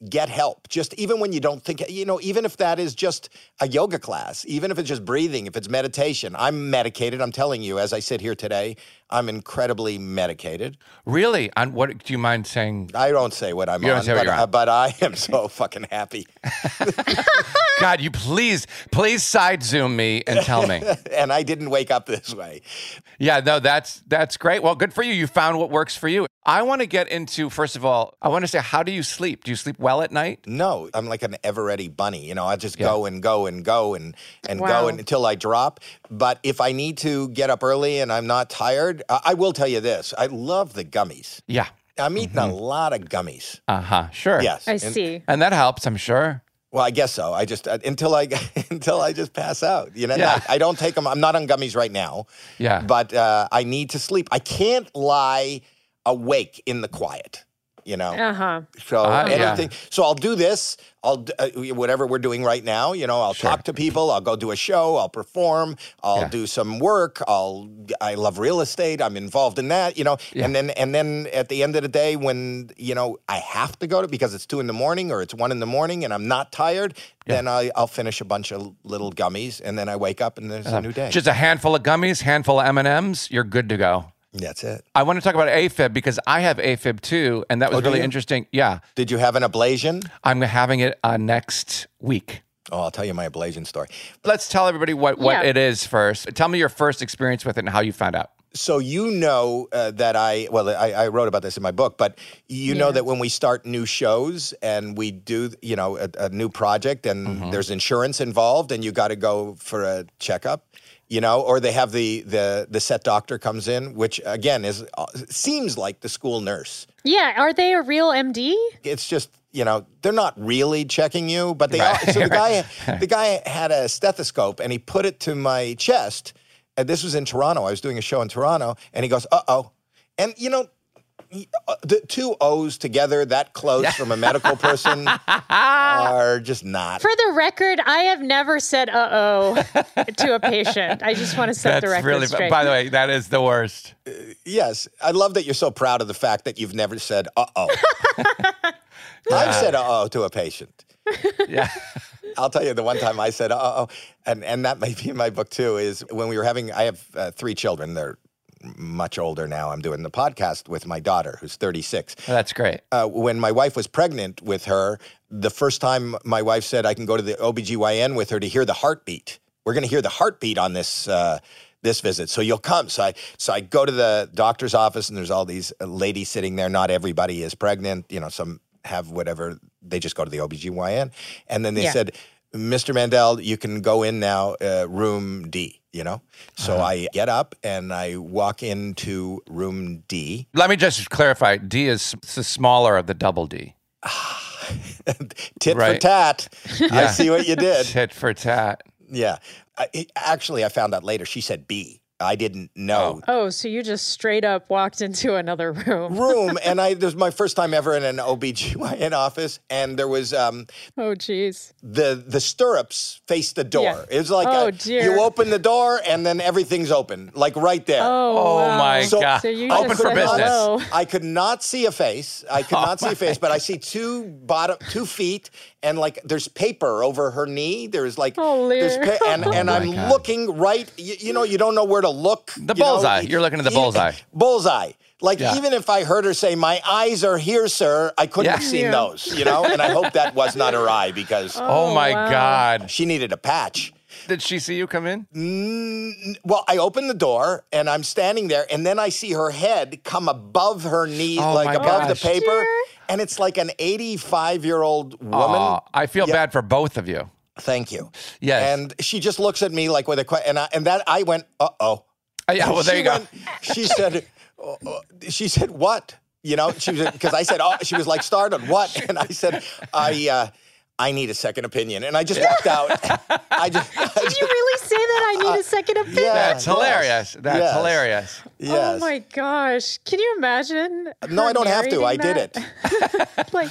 [SPEAKER 3] get help. Just even when you don't think, you know, even if that is just a yoga class, even if it's just breathing, if it's meditation. I'm medicated. I'm telling you, as I sit here today, I'm incredibly medicated.
[SPEAKER 1] Really? On what do you mind saying?
[SPEAKER 3] I don't say what I'm
[SPEAKER 1] You don't
[SPEAKER 3] on,
[SPEAKER 1] say what
[SPEAKER 3] but,
[SPEAKER 1] you're on.
[SPEAKER 3] uh, but I am so [laughs] fucking happy.
[SPEAKER 1] God, you please, please side zoom me and tell me.
[SPEAKER 3] and I didn't wake up this way.
[SPEAKER 1] Yeah, no, that's that's great. Well, good for you. You found what works for you. I want to get into first of all, I want to say how do you sleep? Do you sleep well at night?
[SPEAKER 3] No, I'm like an ever ready bunny. You know, I just go and go and go and and
[SPEAKER 2] Wow.
[SPEAKER 3] go and, until I drop. But if I need to get up early and I'm not tired, I, I will tell you this: I love the gummies.
[SPEAKER 1] Yeah.
[SPEAKER 3] I'm eating a lot of gummies.
[SPEAKER 1] Uh-huh. Sure.
[SPEAKER 3] Yes,
[SPEAKER 2] I
[SPEAKER 3] And-
[SPEAKER 2] see.
[SPEAKER 1] And that helps, I'm sure.
[SPEAKER 3] Well, I guess so. I just uh, until I [laughs] until I just pass out. You know,
[SPEAKER 1] Yeah. Uh-huh.
[SPEAKER 3] I, I don't take them. I'm not on gummies right now.
[SPEAKER 1] Yeah.
[SPEAKER 3] but uh, I need to sleep. I can't lie awake in the quiet. You know.
[SPEAKER 2] Uh huh.
[SPEAKER 3] So
[SPEAKER 1] Ah, yeah.
[SPEAKER 3] anything. So I'll do this. I'll d- uh, whatever we're doing right now. You know, I'll talk to people. I'll go do a show. I'll perform. I'll
[SPEAKER 1] Yeah.
[SPEAKER 3] do some work. I'll. I love real estate. I'm involved in that. You know, and then and then at the end of the day, when you know I have to go to because it's two in the morning or it's one in the morning and I'm not tired, then I, I'll finish a bunch of little gummies and then I wake up and there's a new day.
[SPEAKER 1] Uh-huh. Just a handful of gummies, handful of M&Ms, you're good to go.
[SPEAKER 3] That's it.
[SPEAKER 1] I want to talk about AFib because I have AFib too, and that was
[SPEAKER 3] Oh, do
[SPEAKER 1] really
[SPEAKER 3] you?
[SPEAKER 1] interesting. Yeah.
[SPEAKER 3] Did you have an ablation?
[SPEAKER 1] I'm having it uh, next week.
[SPEAKER 3] Oh, I'll tell you my ablation story.
[SPEAKER 1] Let's tell everybody what, what
[SPEAKER 2] Yeah.
[SPEAKER 1] it is first. Tell me your first experience with it and how you found out.
[SPEAKER 3] so you know uh, that I well I, I wrote about this in my book, but you know that when we start new shows and we do you know a, a new project and there's insurance involved and you got to go for a checkup, you know, or they have the the the set doctor comes in, which again is uh, seems like the school nurse.
[SPEAKER 2] Yeah. Are they a real MD?
[SPEAKER 3] It's just you know they're not really checking you, but they
[SPEAKER 1] Right,
[SPEAKER 3] are. So the guy
[SPEAKER 1] [laughs] right.
[SPEAKER 3] the guy had a stethoscope and he put it to my chest. And this was in Toronto. I was doing a show in Toronto, and he goes, "Uh oh," and you know. y- uh, The two O's together that close from a medical
[SPEAKER 1] [laughs]
[SPEAKER 3] person are just not.
[SPEAKER 2] For the record, I have never said "uh oh" to a patient. I just want to set the record straight.
[SPEAKER 1] by the way, that is the worst.
[SPEAKER 3] Yes, I love that you're so proud of the fact that you've never said "uh
[SPEAKER 1] [laughs]
[SPEAKER 3] oh." I've said "uh oh" to a patient.
[SPEAKER 1] Yeah. [laughs]
[SPEAKER 3] I'll tell you the one time I said, "Oh, oh," and and that may be in my book too. Is when we were having. I have uh, three children. They're much older now. I'm doing the podcast with my daughter, who's 36.
[SPEAKER 1] That's great.
[SPEAKER 3] Uh, when my wife was pregnant with her, the first time my wife said I can go to the OBGYN with her to hear the heartbeat. We're going to hear the heartbeat on this uh, this visit, so you'll come. So I so I go to the doctor's office, and there's all these uh, ladies sitting there. Not everybody is pregnant, you know. Some have whatever. They just go to the OBGYN, and then they
[SPEAKER 2] Yeah.
[SPEAKER 3] said, "Mr. Mandel, you can go in now, uh, room D." You know. So I get up and I walk into room D.
[SPEAKER 1] Let me just clarify. D is s- the smaller of the double D.
[SPEAKER 3] tit for
[SPEAKER 1] Right.
[SPEAKER 2] [laughs]
[SPEAKER 3] tat. I see what you did.
[SPEAKER 1] Tit for tat.
[SPEAKER 3] Yeah. I, it- actually, I found out later. She said B. I didn't know.
[SPEAKER 2] oh, so you just straight up walked into another
[SPEAKER 1] [laughs]
[SPEAKER 2] room?
[SPEAKER 3] [laughs] Room, and I, this was my first time ever in an OBGYN office, and there was um,
[SPEAKER 2] Oh, jeez.
[SPEAKER 3] the the stirrups faced the door.
[SPEAKER 2] Yeah.
[SPEAKER 3] It was like
[SPEAKER 2] Oh,
[SPEAKER 3] uh,
[SPEAKER 2] dear.
[SPEAKER 3] you open the door, and then everything's open, like right there.
[SPEAKER 2] Oh,
[SPEAKER 1] Oh
[SPEAKER 2] wow.
[SPEAKER 1] my
[SPEAKER 3] So-
[SPEAKER 1] God.
[SPEAKER 2] So you
[SPEAKER 1] Open
[SPEAKER 2] just
[SPEAKER 1] for
[SPEAKER 2] said
[SPEAKER 1] business. Oh
[SPEAKER 2] hello.
[SPEAKER 3] I could not see a face. I
[SPEAKER 1] [laughs]
[SPEAKER 3] could not see a face, but I see two bottom, two feet, and like there's paper over her knee. There's like
[SPEAKER 2] Oh,
[SPEAKER 3] there's
[SPEAKER 2] Lear.
[SPEAKER 1] [laughs]
[SPEAKER 3] and and
[SPEAKER 1] my
[SPEAKER 3] I'm
[SPEAKER 1] God.
[SPEAKER 3] looking right. You, you know, you don't know where to look.
[SPEAKER 1] The
[SPEAKER 3] you know,
[SPEAKER 1] bullseye.
[SPEAKER 3] e-
[SPEAKER 1] You're looking at the
[SPEAKER 3] e-
[SPEAKER 1] bullseye.
[SPEAKER 3] bullseye. Like
[SPEAKER 1] Yeah.
[SPEAKER 3] even if I heard her say, "My eyes are here, sir," I couldn't have
[SPEAKER 1] Yeah.
[SPEAKER 3] seen
[SPEAKER 2] Yeah. [laughs]
[SPEAKER 3] those. You know, and I hope that was not her eye because
[SPEAKER 1] Oh, my
[SPEAKER 2] wow.
[SPEAKER 1] God.
[SPEAKER 3] she needed a patch.
[SPEAKER 1] Did she see you come in?
[SPEAKER 3] Mm, well, I open the door and I'm standing there, and then I see her head come above her knee,
[SPEAKER 1] Oh, my
[SPEAKER 3] like above
[SPEAKER 1] gosh.
[SPEAKER 3] the paper.
[SPEAKER 2] Dear.
[SPEAKER 3] And it's like an 85 year old woman.
[SPEAKER 1] Aw, I feel
[SPEAKER 3] Yeah.
[SPEAKER 1] bad for both of you.
[SPEAKER 3] Thank you.
[SPEAKER 1] Yes.
[SPEAKER 3] And she just looks at me like with a question. And, I- and that I went, uh oh.
[SPEAKER 1] Uh, yeah, well, there
[SPEAKER 3] she
[SPEAKER 1] you go.
[SPEAKER 3] went- she said, oh, oh, she said, what? You know, she was, because I said, oh, she was like startled, what? And I said, I, uh, I need a second opinion. And I just walked out. I just, I
[SPEAKER 2] Did [laughs]
[SPEAKER 3] just-
[SPEAKER 2] you really say that? I need a second opinion.
[SPEAKER 3] [laughs] yeah.
[SPEAKER 1] That's
[SPEAKER 3] yes,
[SPEAKER 1] hilarious. That's
[SPEAKER 3] yes.
[SPEAKER 1] hilarious.
[SPEAKER 3] yes.
[SPEAKER 2] Oh my gosh. Can you imagine?
[SPEAKER 3] No,
[SPEAKER 2] her
[SPEAKER 3] I don't have to. I
[SPEAKER 2] narrating
[SPEAKER 3] did
[SPEAKER 2] that? [laughs] like,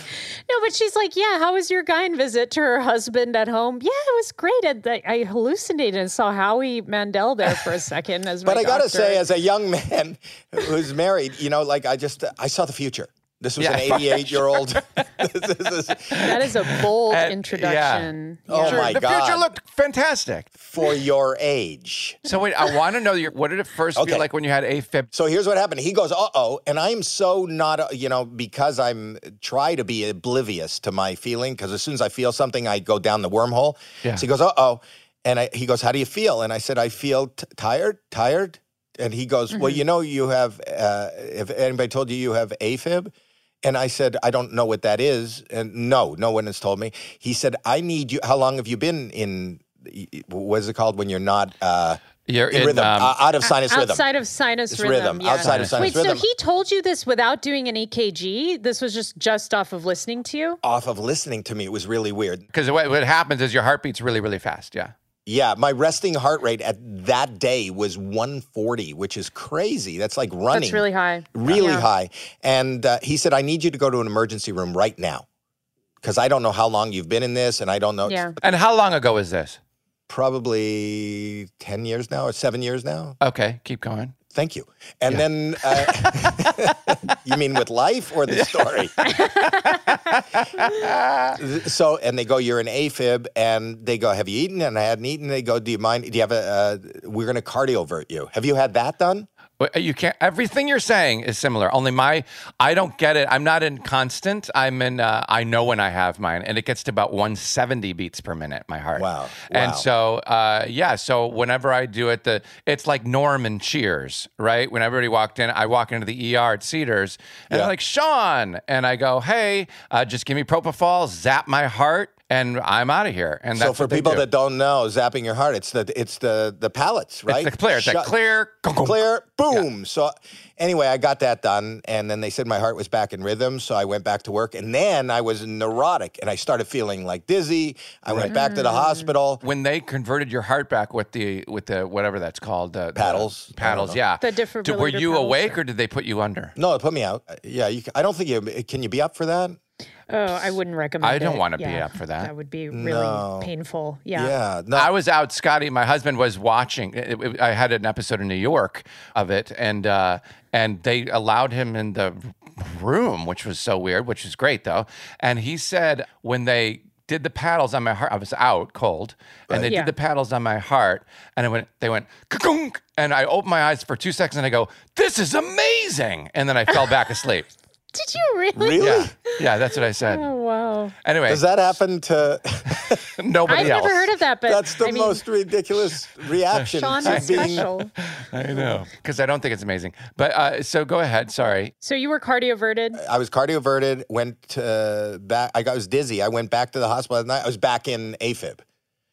[SPEAKER 2] no, but she's like, yeah, how was your Guyan visit to her husband at home? Yeah, it was great. I, I hallucinated and saw Howie Mandel there for a second
[SPEAKER 3] [laughs]
[SPEAKER 2] as my
[SPEAKER 3] But I gotta
[SPEAKER 2] doctor.
[SPEAKER 3] say, as a young [laughs] man who's married, you know, like I just I saw the future. This was
[SPEAKER 1] Yeah.
[SPEAKER 3] an 88 year old. this, is- [laughs] this is
[SPEAKER 2] that is a
[SPEAKER 1] [laughs]
[SPEAKER 2] bold
[SPEAKER 1] yeah.
[SPEAKER 2] introduction.
[SPEAKER 3] Oh
[SPEAKER 1] Sure,
[SPEAKER 3] my
[SPEAKER 1] the future
[SPEAKER 3] God.
[SPEAKER 1] looked fantastic.
[SPEAKER 3] for your age.
[SPEAKER 1] So wait, I want to know your, what did it first
[SPEAKER 3] Okay.
[SPEAKER 1] feel like when you had AFib?
[SPEAKER 3] So here's what happened. He goes, uh oh. And I'm so not, uh, you know, because I'm try to be oblivious to my feeling, because as soon as I feel something, I go down the wormhole.
[SPEAKER 1] Yeah.
[SPEAKER 3] So he goes, uh oh. And I, he goes, how do you feel? And I said, I feel t- tired, tired. And he goes, well,
[SPEAKER 1] Mm-hmm.
[SPEAKER 3] you know, you have, uh, if anybody told you you have AFib, and I said, I don't know what that is. And no, no one has told me. He said, I need you. How long have you been in, what is it called when you're not uh,
[SPEAKER 1] You're
[SPEAKER 3] in, rhythm,
[SPEAKER 1] um,
[SPEAKER 3] uh, out of sinus rhythm?
[SPEAKER 2] Outside of sinus
[SPEAKER 3] It's
[SPEAKER 2] rhythm.
[SPEAKER 3] rhythm,
[SPEAKER 2] yeah.
[SPEAKER 3] outside of sinus
[SPEAKER 2] Wait,
[SPEAKER 3] rhythm.
[SPEAKER 2] so he told you this without doing an EKG? This was just just off of listening to you?
[SPEAKER 3] off of listening to me. It was really weird.
[SPEAKER 1] Because what, what happens is your heart beats really, really fast. Yeah.
[SPEAKER 3] Yeah, my resting heart rate at that day was 140, which is crazy. That's like running.
[SPEAKER 2] That's really high.
[SPEAKER 3] really
[SPEAKER 2] Yeah.
[SPEAKER 3] high. And uh, he said, I need you to go to an emergency room right now because I don't know how long you've been in this and I don't know.
[SPEAKER 2] Yeah.
[SPEAKER 1] And how long ago was this?
[SPEAKER 3] Probably 10 years now or seven years now.
[SPEAKER 1] Okay, keep going.
[SPEAKER 3] Thank you. And then, uh, [laughs] you mean with life or the story? [laughs] so, and they go, you're an AFib, and they go, have you eaten? And I hadn't eaten. They go, do you mind? Do you have a? Uh, we're going to cardiovert you. Have you had that done?
[SPEAKER 1] But You can't. Everything you're saying is similar. Only my, I don't get it. I'm not in constant. I'm in. Uh, I know when I have mine, and it gets to about 170 beats per minute. My heart.
[SPEAKER 3] Wow.
[SPEAKER 1] And
[SPEAKER 3] Wow.
[SPEAKER 1] so, uh, yeah. So whenever I do it, the it's like Norm and Cheers, right? When everybody walked in, I walk into the ER at Cedars, and they're
[SPEAKER 3] Yeah.
[SPEAKER 1] like Sean, and I go, Hey, uh, just give me propofol, zap my heart, and I'm out of here. And that's
[SPEAKER 3] so for
[SPEAKER 1] what they
[SPEAKER 3] people
[SPEAKER 1] do.
[SPEAKER 3] that don't know, zapping your heart, it's the it's the the palates, right?
[SPEAKER 1] it's the clear, it's that
[SPEAKER 3] Shut-
[SPEAKER 1] clear,
[SPEAKER 3] Clear, boom. So anyway, I got that done, and then they said my heart was back in rhythm, so I went back to work, and then I was neurotic, and I started feeling like dizzy. I went back to the
[SPEAKER 2] Mm.
[SPEAKER 3] hospital.
[SPEAKER 1] when they converted your heart back with the with the whatever that's called uh, the-
[SPEAKER 3] Paddles. I don't
[SPEAKER 1] paddles
[SPEAKER 3] know.
[SPEAKER 1] yeah
[SPEAKER 2] The different
[SPEAKER 1] Did- were
[SPEAKER 2] defibrillator
[SPEAKER 1] you
[SPEAKER 2] paddles,
[SPEAKER 1] awake or did they put you under
[SPEAKER 3] No, it put me out. Uh, Yeah, you, c- I don't think you uh, can. You be up for that?
[SPEAKER 2] Oh, I wouldn't recommend
[SPEAKER 1] I don't
[SPEAKER 2] it.
[SPEAKER 1] wanna be
[SPEAKER 2] Yeah.
[SPEAKER 1] up for that.
[SPEAKER 2] That would be really
[SPEAKER 3] No.
[SPEAKER 2] painful. Yeah.
[SPEAKER 3] no.
[SPEAKER 1] I was out, Scotty. My husband was watching. It- it- I had an episode in New York of it, and uh, and they allowed him in the room, which was so weird, which was great though. And he said when they did the paddles on my heart, I was out cold, and they
[SPEAKER 2] Yeah.
[SPEAKER 1] did the paddles on my heart, and I went, they went, "Ka-kunk," and I opened my eyes for two seconds, and I go, "This is amazing," and then I fell back
[SPEAKER 2] [laughs]
[SPEAKER 1] asleep.
[SPEAKER 2] Did you really?
[SPEAKER 3] really?
[SPEAKER 1] Yeah, yeah, that's what I said.
[SPEAKER 2] Oh, wow.
[SPEAKER 1] Anyway,
[SPEAKER 3] Does that happen
[SPEAKER 2] [laughs]
[SPEAKER 3] to? [laughs]
[SPEAKER 1] nobody
[SPEAKER 2] I've
[SPEAKER 1] else.
[SPEAKER 2] never heard of that, but
[SPEAKER 3] That's the
[SPEAKER 2] I mean,
[SPEAKER 3] most ridiculous reaction
[SPEAKER 2] Sean
[SPEAKER 3] to
[SPEAKER 2] is
[SPEAKER 3] being.
[SPEAKER 2] special.
[SPEAKER 1] I know because I don't think it's amazing. But uh, so go ahead. Sorry.
[SPEAKER 2] So you were cardioverted.
[SPEAKER 1] Uh,
[SPEAKER 3] I was cardioverted. Went to back. I, got, I was dizzy. I went back to the hospital at night. I was back in AFib.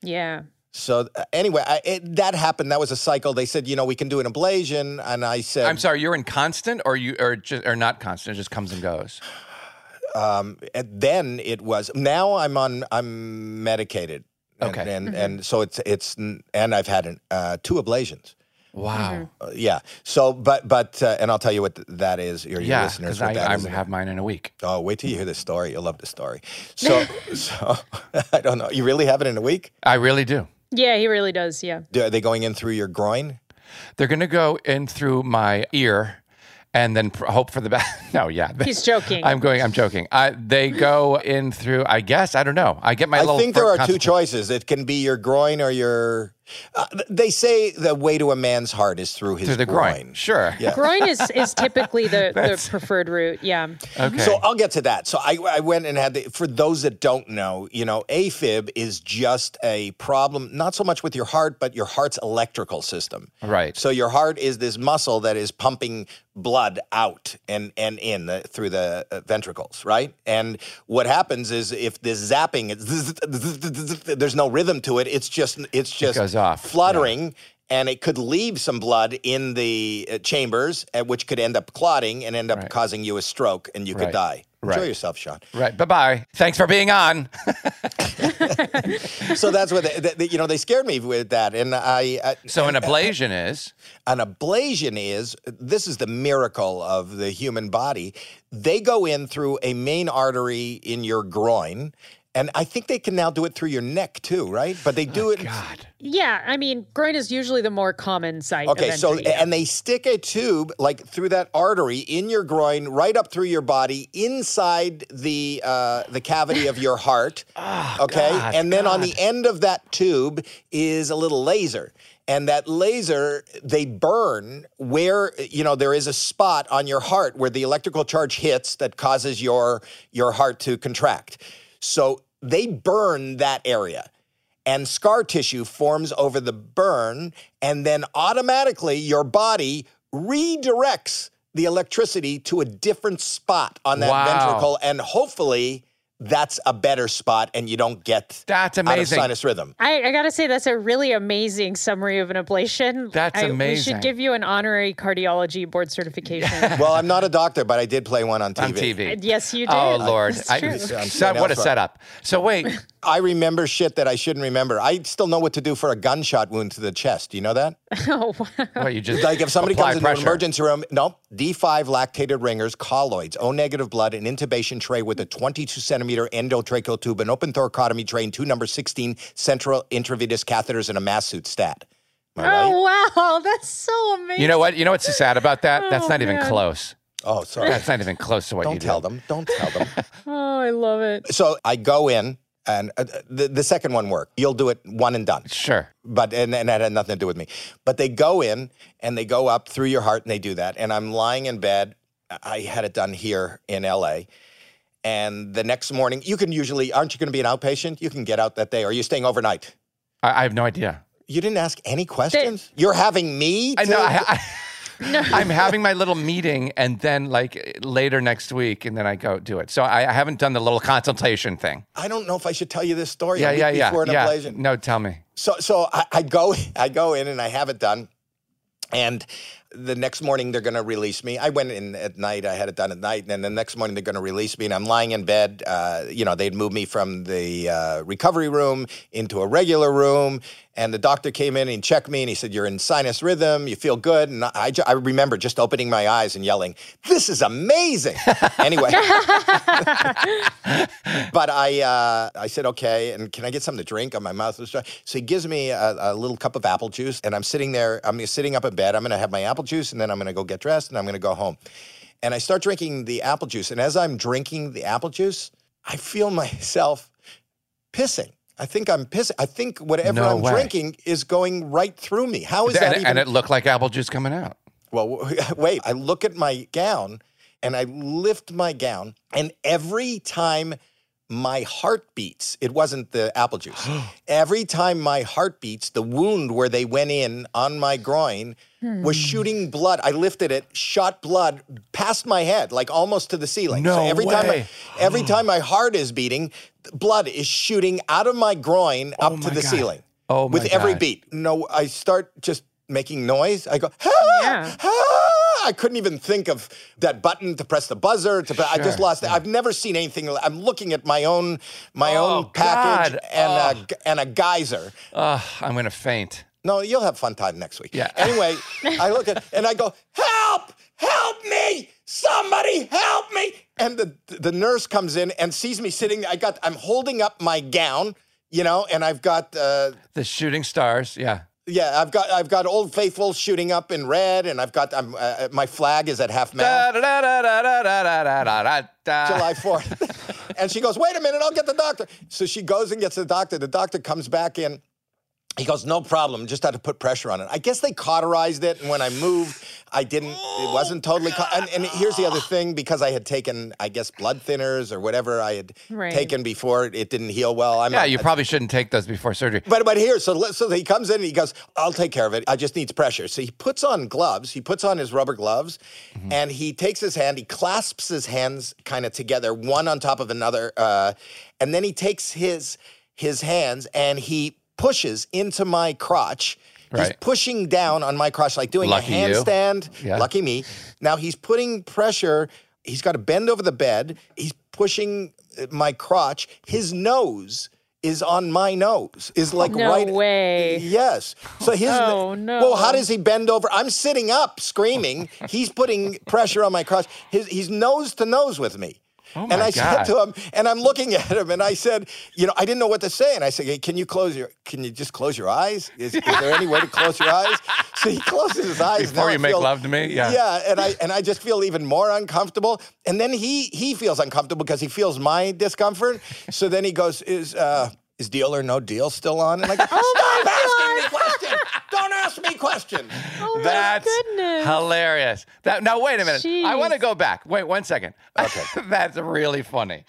[SPEAKER 2] Yeah.
[SPEAKER 3] So uh, anyway, I, it, that happened. That was a cycle. They said, you know, we can do an ablation, and I said,
[SPEAKER 1] I'm sorry, you're in constant or you or just or not constant, it just comes and goes.
[SPEAKER 3] and uh, then it was. Now I'm on. I'm medicated. And-
[SPEAKER 1] Okay.
[SPEAKER 3] And and, so it's it's n- and I've had an, uh, two ablations.
[SPEAKER 1] Wow.
[SPEAKER 2] Mm-hmm.
[SPEAKER 3] Uh, yeah. So but but uh, and I'll tell you what th- that is. Your, your
[SPEAKER 1] Yeah,
[SPEAKER 3] listeners
[SPEAKER 1] because
[SPEAKER 3] what
[SPEAKER 1] I,
[SPEAKER 3] that
[SPEAKER 1] I
[SPEAKER 3] is.
[SPEAKER 1] have mine in a week.
[SPEAKER 3] Oh, wait till you hear this story. You'll love the story. So so [laughs] I don't know. You really have it in a week?
[SPEAKER 1] I really do.
[SPEAKER 2] Yeah, he really does. Yeah.
[SPEAKER 3] Do- Are they going in through your groin?
[SPEAKER 1] They're gonna go in through my ear, and then pr- hope for the best. [laughs] no, yeah.
[SPEAKER 2] He's joking.
[SPEAKER 1] I'm going. I'm joking. I, they go in through. I guess I don't know. I get my
[SPEAKER 3] I
[SPEAKER 1] little.
[SPEAKER 3] think there
[SPEAKER 1] fir-
[SPEAKER 3] are two
[SPEAKER 1] constant-
[SPEAKER 3] choices. It can be your groin or your Uh, th- they say the way to a man's heart is through his
[SPEAKER 1] to the groin. Sure.
[SPEAKER 3] Yeah.
[SPEAKER 2] Groin is, is typically
[SPEAKER 1] [laughs]
[SPEAKER 2] the, the
[SPEAKER 1] That's-
[SPEAKER 2] preferred route. Yeah.
[SPEAKER 1] Okay.
[SPEAKER 3] So I'll get to that. So I, I went and had the, for those that don't know, you know, AFib is just a problem, not so much with your heart, but your heart's electrical system.
[SPEAKER 1] Right.
[SPEAKER 3] So your heart is this muscle that is pumping blood out and and in the, through the uh, ventricles, right? And what happens is if this zapping, [laughs] it's there's no rhythm to it. It's just it's just
[SPEAKER 1] goes off, yeah.
[SPEAKER 3] fluttering. And it could leave some blood in the uh, chambers, uh, which could end up clotting and end up causing you a stroke, and you could
[SPEAKER 1] Right.
[SPEAKER 3] die. Enjoy
[SPEAKER 1] Right.
[SPEAKER 3] yourself, Sean.
[SPEAKER 1] Right. Bye bye. Thanks for being on.
[SPEAKER 3] so that's what they, they- they- you know. They scared me with that, and I. I
[SPEAKER 1] So an ablation is
[SPEAKER 3] an ablation is this is the miracle of the human body. They go in through a main artery in your groin, and I think they can now do it through your neck too, right? But they do it.
[SPEAKER 1] God.
[SPEAKER 2] Yeah. I mean, groin is usually the more common site. of
[SPEAKER 3] Okay, so
[SPEAKER 2] entry, yeah.
[SPEAKER 3] and they stick a tube like through that artery in your groin, right up through your body, inside the uh, the cavity of
[SPEAKER 1] [laughs]
[SPEAKER 3] your heart. okay,
[SPEAKER 1] Ah, God,
[SPEAKER 3] and then on the end of that tube is a little laser, and that laser they burn where you know there is a spot on your heart where the electrical charge hits that causes your your heart to contract. So they burn that area and scar tissue forms over the burn, and then automatically your body redirects the electricity to a different spot on that
[SPEAKER 1] Wow.
[SPEAKER 3] ventricle, and hopefully that's a better spot, and you don't get
[SPEAKER 1] That's amazing.
[SPEAKER 3] out of sinus rhythm.
[SPEAKER 2] I, I got to say, that's a really amazing summary of an ablation.
[SPEAKER 1] That's
[SPEAKER 2] I, We
[SPEAKER 1] amazing.
[SPEAKER 2] should give you an honorary cardiology board certification.
[SPEAKER 3] well, I'm not a doctor, but I did play one on TV.
[SPEAKER 1] on TV.
[SPEAKER 2] yes,
[SPEAKER 1] [laughs]
[SPEAKER 2] you did.
[SPEAKER 1] Oh Lord!
[SPEAKER 2] That's
[SPEAKER 1] I,
[SPEAKER 2] true.
[SPEAKER 3] um,
[SPEAKER 1] so, what a setup. So wait,
[SPEAKER 3] I remember shit that I shouldn't remember. I still know what to do for a gunshot wound to the chest. You know that?
[SPEAKER 2] [laughs] oh, wow.
[SPEAKER 1] what you just
[SPEAKER 3] Like if somebody
[SPEAKER 1] apply
[SPEAKER 3] comes into an
[SPEAKER 1] pressure.
[SPEAKER 3] emergency room, no, D5 lactated ringers, colloids, O negative blood, an intubation tray with a 22 centimeter endotracheal tube, an open thoracotomy tray, and two number 16 central intravenous catheters, and a mass suit stat. Am I right?
[SPEAKER 2] Oh, wow. That's so amazing.
[SPEAKER 1] You know what? You know what's so sad about that? That's
[SPEAKER 2] Oh,
[SPEAKER 1] not even
[SPEAKER 2] man.
[SPEAKER 1] close.
[SPEAKER 3] Oh, sorry.
[SPEAKER 1] That's not even close to what you
[SPEAKER 3] Don't
[SPEAKER 1] did.
[SPEAKER 3] tell them. Don't tell them. [laughs]
[SPEAKER 2] Oh, I love it.
[SPEAKER 3] so I go in. And uh, the, the second one worked. You'll do it one and done.
[SPEAKER 1] Sure.
[SPEAKER 3] but and, and that had nothing to do with me. But they go in and they go up through your heart and they do that. And I'm lying in bed. I had it done here in LA. And the next morning, you can usually aren't you going to be an outpatient? You can get out that day. Or are you staying overnight?
[SPEAKER 1] I, I have no idea.
[SPEAKER 3] You didn't ask any questions. You're having me.
[SPEAKER 1] I
[SPEAKER 3] to-
[SPEAKER 1] know. I,
[SPEAKER 2] [laughs]
[SPEAKER 1] I, I'm having my little meeting, and then like later next week, and then I go do it. So I, I haven't done the little consultation thing.
[SPEAKER 3] I don't know if I should tell you this story. a
[SPEAKER 1] Yeah,
[SPEAKER 3] week
[SPEAKER 1] yeah, yeah,
[SPEAKER 3] Before an
[SPEAKER 1] yeah.
[SPEAKER 3] ablation.
[SPEAKER 1] No, tell me.
[SPEAKER 3] So so I, I go I go in and I have it done, and the next morning they're going to release me. I went in at night. I had it done at night, and then the next morning they're going to release me. And I'm lying in bed. Uh, you know, they'd moved me from the uh, recovery room into a regular room, and the doctor came in and checked me, and he said, "You're in sinus rhythm. You feel good." And I I, ju- I remember just opening my eyes and yelling, "This is amazing!" anyway. [laughs] But I, uh, I said, okay, and can I get something to drink? And my mouth was dry. So he gives me a, a little cup of apple juice, and I'm sitting there. I'm sitting up in bed. I'm going to have my apple juice, and then I'm going to go get dressed, and I'm going to go home. And I start drinking the apple juice, and as I'm drinking the apple juice, I feel [laughs] myself pissing. I think I'm pissing. I think whatever
[SPEAKER 1] No
[SPEAKER 3] I'm
[SPEAKER 1] way.
[SPEAKER 3] drinking is going right through me. How is that
[SPEAKER 1] And,
[SPEAKER 3] even?
[SPEAKER 1] and it looked like apple juice coming out.
[SPEAKER 3] Well, w- [laughs] wait, I look at my gown and I lift my gown, and every time my heart beats, it wasn't the
[SPEAKER 1] [gasps]
[SPEAKER 3] apple juice. every time my heart beats, the wound where they went in on my groin was
[SPEAKER 1] Hmm.
[SPEAKER 3] shooting blood. I lifted it, shot blood past my head, like almost to the ceiling. so
[SPEAKER 1] No
[SPEAKER 3] every time I,
[SPEAKER 1] way. [gasps]
[SPEAKER 3] every time my heart is beating, th- blood is shooting out of my groin up to
[SPEAKER 1] my
[SPEAKER 3] the
[SPEAKER 1] God.
[SPEAKER 3] ceiling.
[SPEAKER 1] Oh my
[SPEAKER 3] with every
[SPEAKER 1] God.
[SPEAKER 3] beat. No, I start just making noise. I go,
[SPEAKER 2] Yeah.
[SPEAKER 3] Ah, I couldn't even think of that button to press the buzzer. To, I just lost. I've never seen anything. li- I'm looking at my own my own
[SPEAKER 1] Oh,
[SPEAKER 3] package
[SPEAKER 1] God.
[SPEAKER 3] and a, g- and a geyser.
[SPEAKER 1] Ugh, I'm gonna faint.
[SPEAKER 3] No, you'll have fun time next week.
[SPEAKER 1] Yeah. [laughs]
[SPEAKER 3] Anyway, I look at and I go, help! Help me! Somebody help me! And the the nurse comes in and sees me sitting. I got. I'm holding up my gown. You know, and I've got. Uh,
[SPEAKER 1] The shooting stars. Yeah.
[SPEAKER 3] yeah, I've got I've got Old Faithful shooting up in red, and I've got I'm, uh, my flag is at half mast. July
[SPEAKER 1] July [laughs]
[SPEAKER 3] 4th. and she goes, wait a minute, I'll get the doctor. So she goes and gets the doctor. The doctor comes back in He goes, no problem. Just had to put pressure on it. I guess they cauterized it, and when I moved, I didn't.
[SPEAKER 1] Oh,
[SPEAKER 3] It wasn't totally. Ca- and, and here's the other thing: because I had taken, I guess, blood thinners or whatever I had
[SPEAKER 2] Right.
[SPEAKER 3] taken before, it didn't heal well. I'm
[SPEAKER 1] Yeah,
[SPEAKER 3] not-
[SPEAKER 1] you probably shouldn't take those before surgery.
[SPEAKER 3] But but here, so let- so he comes in and he goes, "I'll take care of it. I just needs pressure." So he puts on gloves. He puts on his rubber gloves,
[SPEAKER 1] Mm-hmm.
[SPEAKER 3] and he takes his hand. He clasps his hands kind of together, one on top of another, uh, and then he takes his his hands and he pushes into my crotch. He's
[SPEAKER 1] Right.
[SPEAKER 3] pushing down on my crotch, like doing
[SPEAKER 1] Lucky
[SPEAKER 3] a
[SPEAKER 1] you.
[SPEAKER 3] handstand.
[SPEAKER 1] Yeah.
[SPEAKER 3] Lucky me. Now he's putting pressure. He's got to bend over the bed. He's pushing uh, my crotch. His nose is on my nose. Is like
[SPEAKER 2] No
[SPEAKER 3] right.
[SPEAKER 2] way.
[SPEAKER 3] Yes. So his.
[SPEAKER 2] Oh, no.
[SPEAKER 3] Well, how does he bend over? I'm sitting up, screaming. He's
[SPEAKER 1] [laughs]
[SPEAKER 3] putting pressure on my crotch. His he's nose to nose with me.
[SPEAKER 1] Oh
[SPEAKER 3] and
[SPEAKER 1] my
[SPEAKER 3] I said
[SPEAKER 1] God.
[SPEAKER 3] to him, and I'm looking at him, and I said, you know, I didn't know what to say, and I said, hey, can you close your, can you just close your eyes? Is, is there any way to close your eyes? [laughs] So he closes his eyes.
[SPEAKER 1] Before
[SPEAKER 3] Now
[SPEAKER 1] you
[SPEAKER 3] I
[SPEAKER 1] make
[SPEAKER 3] feel-
[SPEAKER 1] love to me? Yeah.
[SPEAKER 3] Yeah, and I and I just feel even more uncomfortable. And then he he feels uncomfortable because he feels my discomfort. So then he goes, is uh, is deal or no deal still on? And like, stop asking me questions. Don't ask me questions.
[SPEAKER 2] Oh my
[SPEAKER 1] That's
[SPEAKER 2] goodness.
[SPEAKER 1] hilarious. That now wait a minute. I want to
[SPEAKER 2] Jeez.
[SPEAKER 1] go back. Wait one second. Okay. [laughs] That's really funny.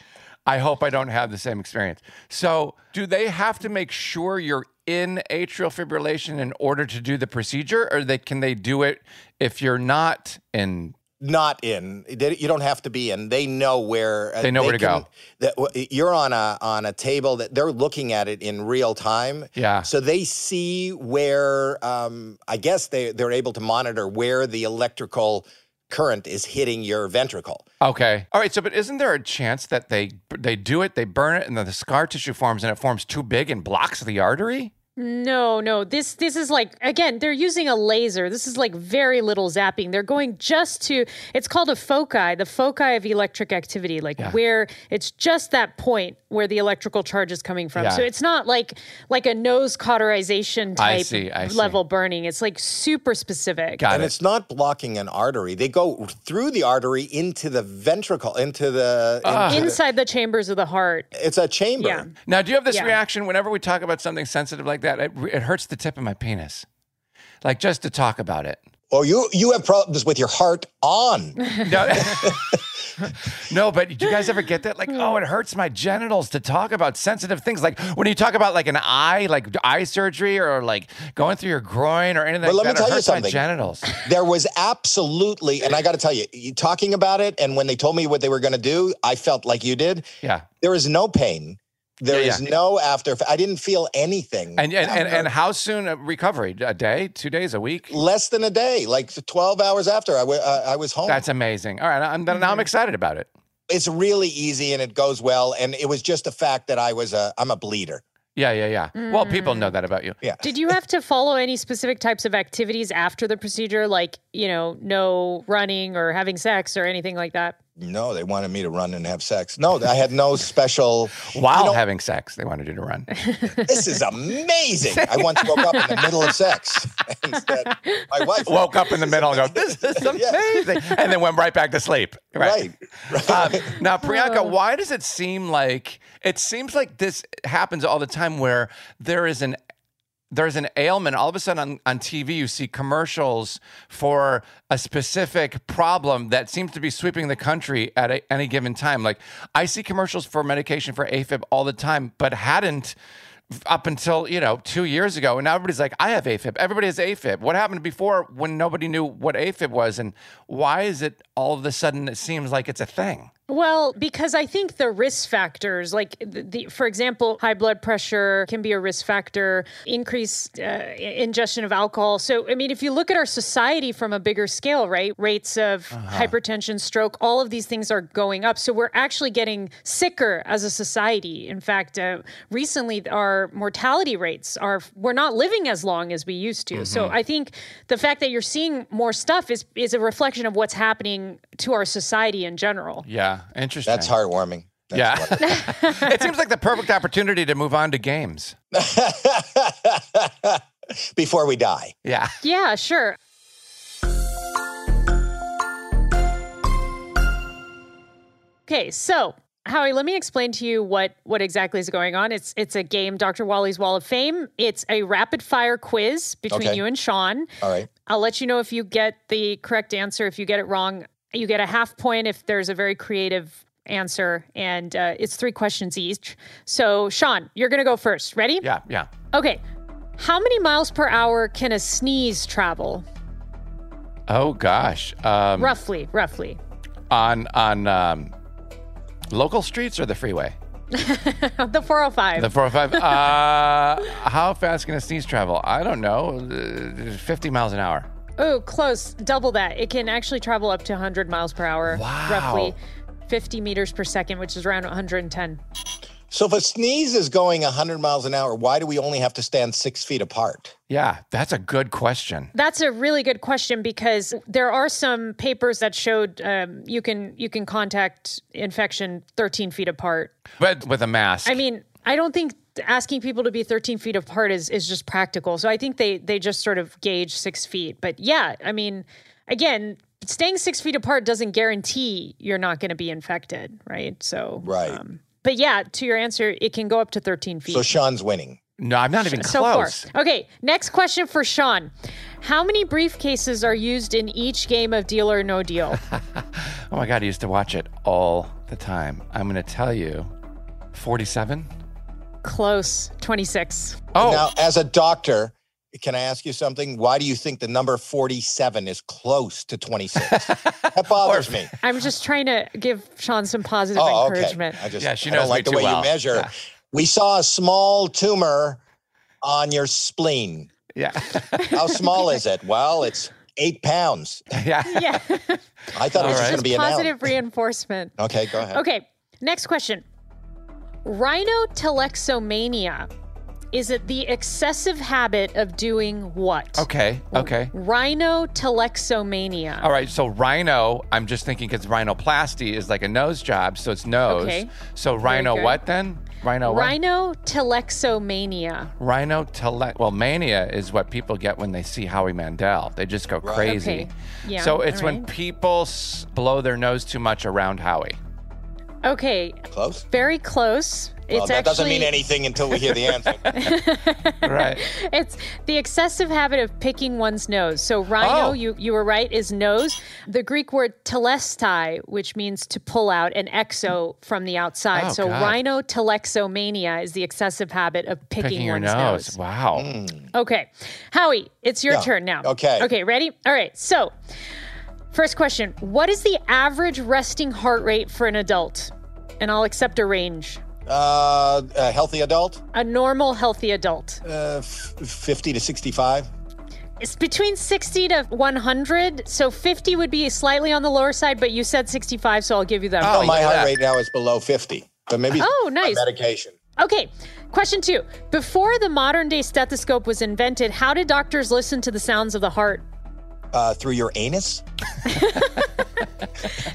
[SPEAKER 1] I hope I don't have the same experience. So, do they have to make sure you're in atrial fibrillation in order to do the procedure, or they can they do it if you're not in?
[SPEAKER 3] Not in. They- You don't have to be in. They know where. uh,
[SPEAKER 1] They know where to go.
[SPEAKER 3] That w- you're on a on a table that they're looking at it in real time.
[SPEAKER 1] Yeah.
[SPEAKER 3] So they see where. Um, I guess they they're able to monitor where the electrical current is hitting your ventricle.
[SPEAKER 1] Okay. All right. So, but isn't there a chance that they they do it, they burn it, and then the scar tissue forms, and it forms too big and blocks the artery?
[SPEAKER 2] No, no. This this is like again, they're using a laser. This is like very little zapping. They're going just to it's called a foci, the foci of electric activity, like where it's just that point where the electrical charge is coming from.
[SPEAKER 1] Yeah.
[SPEAKER 2] So it's not like like a nose cauterization
[SPEAKER 1] I
[SPEAKER 2] type
[SPEAKER 1] see, I see.
[SPEAKER 2] level burning. It's like super specific.
[SPEAKER 1] Got
[SPEAKER 3] And
[SPEAKER 1] it.
[SPEAKER 3] it's not blocking an artery. They go through the artery into the ventricle, into the.
[SPEAKER 1] Uh-huh.
[SPEAKER 3] into the-
[SPEAKER 2] Inside the chambers of the heart.
[SPEAKER 3] it's a chamber.
[SPEAKER 2] Yeah.
[SPEAKER 1] Now, do you have this
[SPEAKER 2] Yeah.
[SPEAKER 1] reaction whenever we talk about something sensitive like that? It, it hurts the tip of my penis, like just to talk about
[SPEAKER 3] [laughs]
[SPEAKER 1] it.
[SPEAKER 3] Oh, you you have problems with your heart on.
[SPEAKER 1] No, [laughs] no, but do you guys ever get that? Like, oh, it hurts my genitals to talk about sensitive things. Like when you talk about like an eye, like eye surgery, or like going through your groin or anything.
[SPEAKER 3] But
[SPEAKER 1] like
[SPEAKER 3] let me
[SPEAKER 1] that,
[SPEAKER 3] tell
[SPEAKER 1] it
[SPEAKER 3] you
[SPEAKER 1] hurts My
[SPEAKER 3] something.
[SPEAKER 1] genitals.
[SPEAKER 3] There was absolutely, and I got to tell you, you, talking about it, and when they told me what they were going to do, I felt like you did.
[SPEAKER 1] Yeah.
[SPEAKER 3] There is no pain. There
[SPEAKER 1] Yeah,
[SPEAKER 3] is
[SPEAKER 1] yeah.
[SPEAKER 3] no after. I didn't feel anything.
[SPEAKER 1] And and, and and how soon a recovery? A day, two days, a week?
[SPEAKER 3] less than a day, like 12 hours after I wa- uh, I was home.
[SPEAKER 1] That's amazing. All right, I'm, now
[SPEAKER 3] Mm-hmm.
[SPEAKER 1] I'm excited about it.
[SPEAKER 3] it's really easy and it goes well. And it was just the fact that I was a, I'm a bleeder.
[SPEAKER 1] Yeah, yeah, yeah. Well, people know that about you.
[SPEAKER 3] Yeah.
[SPEAKER 2] Did you have to follow any specific types of activities after the procedure, like, you know, no running or having sex or anything like that?
[SPEAKER 3] No, they wanted me to run and have sex. No, I had no special.
[SPEAKER 1] While
[SPEAKER 3] You know,
[SPEAKER 1] having sex, they wanted you to run.
[SPEAKER 3] this is amazing. I once woke up in the middle of sex. [laughs] Instead, my wife
[SPEAKER 1] woke up in the middle and go, "This is amazing," and then went right back to sleep.
[SPEAKER 3] Right.
[SPEAKER 1] Right. Um, now, Priyanka, why does it seem like it seems like this happens all the time, where there is an there's an ailment. All of a sudden on, on TV, you see commercials for a specific problem that seems to be sweeping the country at a, any given time. Like, I see commercials for medication for AFib all the time, but hadn't up until, you know, two years ago. And now everybody's like, I have AFib. Everybody has AFib. What happened before when nobody knew what AFib was? And why is it all of a sudden it seems like it's a thing?
[SPEAKER 2] Well, because I think the risk factors, like the, the for example, high blood pressure can be a risk factor, increased uh, i- ingestion of alcohol. So, I mean, if you look at our society from a bigger scale, right? Rates of hypertension, stroke, all of these things are going up. So, we're actually getting sicker as a society. In fact, uh, recently our mortality rates are we're not living as long as we used to. So, I think the fact that you're seeing more stuff is is a reflection of what's happening to our society in general.
[SPEAKER 1] Yeah. Interesting.
[SPEAKER 3] That's heartwarming. That's
[SPEAKER 1] yeah. [laughs] it seems like the perfect opportunity to move on to games.
[SPEAKER 3] what- [laughs] Before we die.
[SPEAKER 1] Yeah.
[SPEAKER 2] Yeah, sure. Okay, so Howie, let me explain to you what what exactly is going on. It's it's a game, Dr. Wally's Wall of Fame. It's a rapid fire quiz between
[SPEAKER 3] Okay.
[SPEAKER 2] you and Sean.
[SPEAKER 3] All right.
[SPEAKER 2] I'll let you know if you get the correct answer. If you get it wrong, you get a half point if there's a very creative answer. And uh, it's three questions each. So, Sean, you're going to go first. Ready?
[SPEAKER 1] Yeah, yeah.
[SPEAKER 2] Okay. How many miles per hour can a sneeze travel?
[SPEAKER 1] Oh gosh. Um,
[SPEAKER 2] Roughly, roughly. [laughs]
[SPEAKER 1] on on um, local streets or the freeway?
[SPEAKER 2] the 405.
[SPEAKER 1] The 405.
[SPEAKER 2] [laughs]
[SPEAKER 1] uh, how fast can a sneeze travel? I don't know. Uh, 50 miles an hour.
[SPEAKER 2] oh, close. Double that. It can actually travel up to 100 miles per hour.
[SPEAKER 1] Wow.
[SPEAKER 2] Roughly 50 meters per second, which is around 110.
[SPEAKER 3] So if a sneeze is going 100 miles an hour, why do we only have to stand six feet apart?
[SPEAKER 1] Yeah, that's a good question.
[SPEAKER 2] That's a really good question because there are some papers that showed um, you can you can contact infection 13 feet apart.
[SPEAKER 1] But with a mask.
[SPEAKER 2] I mean, I don't think asking people to be 13 feet apart is is just practical. So I think they they just sort of gauge six feet. But yeah, I mean, again, staying six feet apart doesn't guarantee you're not going to be infected, right? So
[SPEAKER 3] Right.
[SPEAKER 2] but yeah, to your answer, it can go up to 13 feet.
[SPEAKER 3] So Sean's winning.
[SPEAKER 1] no, I'm not even
[SPEAKER 2] so
[SPEAKER 1] close.
[SPEAKER 2] far. Okay, next question for Sean. How many briefcases are used in each game of Deal or No
[SPEAKER 3] [laughs]
[SPEAKER 2] Deal?
[SPEAKER 1] Oh my God, I used to watch it all the time. I'm going to tell you 47.
[SPEAKER 2] Close, 26.
[SPEAKER 1] Oh,
[SPEAKER 3] Now, as a doctor, can I ask you something? Why do you think the number 47 is close to
[SPEAKER 2] [laughs]
[SPEAKER 3] 26? that bothers me.
[SPEAKER 2] I'm just trying to give Sean some positive
[SPEAKER 3] Oh,
[SPEAKER 2] encouragement.
[SPEAKER 3] okay. I just
[SPEAKER 1] Yeah, she
[SPEAKER 3] I don't
[SPEAKER 1] knows
[SPEAKER 3] like
[SPEAKER 1] me
[SPEAKER 3] the
[SPEAKER 1] too
[SPEAKER 3] way
[SPEAKER 1] well.
[SPEAKER 3] you measure.
[SPEAKER 1] Yeah.
[SPEAKER 3] We saw a small tumor on your spleen.
[SPEAKER 1] yeah. [laughs]
[SPEAKER 3] How small is
[SPEAKER 2] [laughs]
[SPEAKER 3] it? Well, it's eight pounds.
[SPEAKER 1] yeah.
[SPEAKER 2] Yeah. [laughs]
[SPEAKER 3] [laughs] I
[SPEAKER 1] All
[SPEAKER 3] thought it was
[SPEAKER 1] right.
[SPEAKER 3] just going to be
[SPEAKER 2] Just
[SPEAKER 3] an noun.
[SPEAKER 2] positive
[SPEAKER 1] [laughs]
[SPEAKER 2] Oh. reinforcement.
[SPEAKER 3] Okay, go
[SPEAKER 1] Oh.
[SPEAKER 3] ahead.
[SPEAKER 2] Okay, next question. Rhinotelexomania. Is it the excessive habit of doing what?
[SPEAKER 1] Okay. Okay.
[SPEAKER 2] Rhinotelexomania.
[SPEAKER 1] All right, so rhino, I'm just thinking because rhinoplasty is like a nose job, so it's nose.
[SPEAKER 2] Okay.
[SPEAKER 1] So rhino
[SPEAKER 2] good.
[SPEAKER 1] what then? Rhino what?
[SPEAKER 2] Rhinotelexomania.
[SPEAKER 1] Rhino tele- well, mania is what people get when they see Howie Mandel. They just go crazy.
[SPEAKER 2] Okay. Yeah,
[SPEAKER 1] so it's when
[SPEAKER 2] alright.
[SPEAKER 1] people s- blow their nose too much around
[SPEAKER 2] [laughs]
[SPEAKER 1] Howie.
[SPEAKER 2] Okay,
[SPEAKER 3] Close?
[SPEAKER 2] very close. It's
[SPEAKER 3] Well, that
[SPEAKER 2] actually,
[SPEAKER 3] doesn't mean anything until we hear the answer.
[SPEAKER 1] right.
[SPEAKER 2] It's the excessive habit of picking one's nose. So rhino,
[SPEAKER 1] Oh.
[SPEAKER 2] you you were right, is nose. The Greek word telestai, which means to pull out, and exo from the outside.
[SPEAKER 1] Oh,
[SPEAKER 2] so
[SPEAKER 1] God.
[SPEAKER 2] rhinotelexomania is the excessive habit of picking,
[SPEAKER 1] Picking your
[SPEAKER 2] one's
[SPEAKER 1] nose. Wow.
[SPEAKER 2] Okay, Howie, it's your
[SPEAKER 3] Yeah.
[SPEAKER 2] turn now.
[SPEAKER 3] Okay.
[SPEAKER 2] Okay, ready? All right. So, first question: What is the average resting heart rate for an adult? And I'll accept a range.
[SPEAKER 3] Uh, a healthy adult,
[SPEAKER 2] A normal, healthy adult.
[SPEAKER 3] uh, f- 50 to 65.
[SPEAKER 2] It's between 60 to 100. So 50 would be slightly on the lower side, but you said 65, so I'll give you that.
[SPEAKER 1] Oh,
[SPEAKER 3] Oh, my
[SPEAKER 1] yeah.
[SPEAKER 3] heart rate now is below 50, but maybe
[SPEAKER 2] Oh,
[SPEAKER 3] my
[SPEAKER 2] nice.
[SPEAKER 3] medication.
[SPEAKER 2] Okay. Question two. Before the modern day stethoscope was invented, how did doctors listen to the sounds of the heart?
[SPEAKER 3] Uh, through your anus?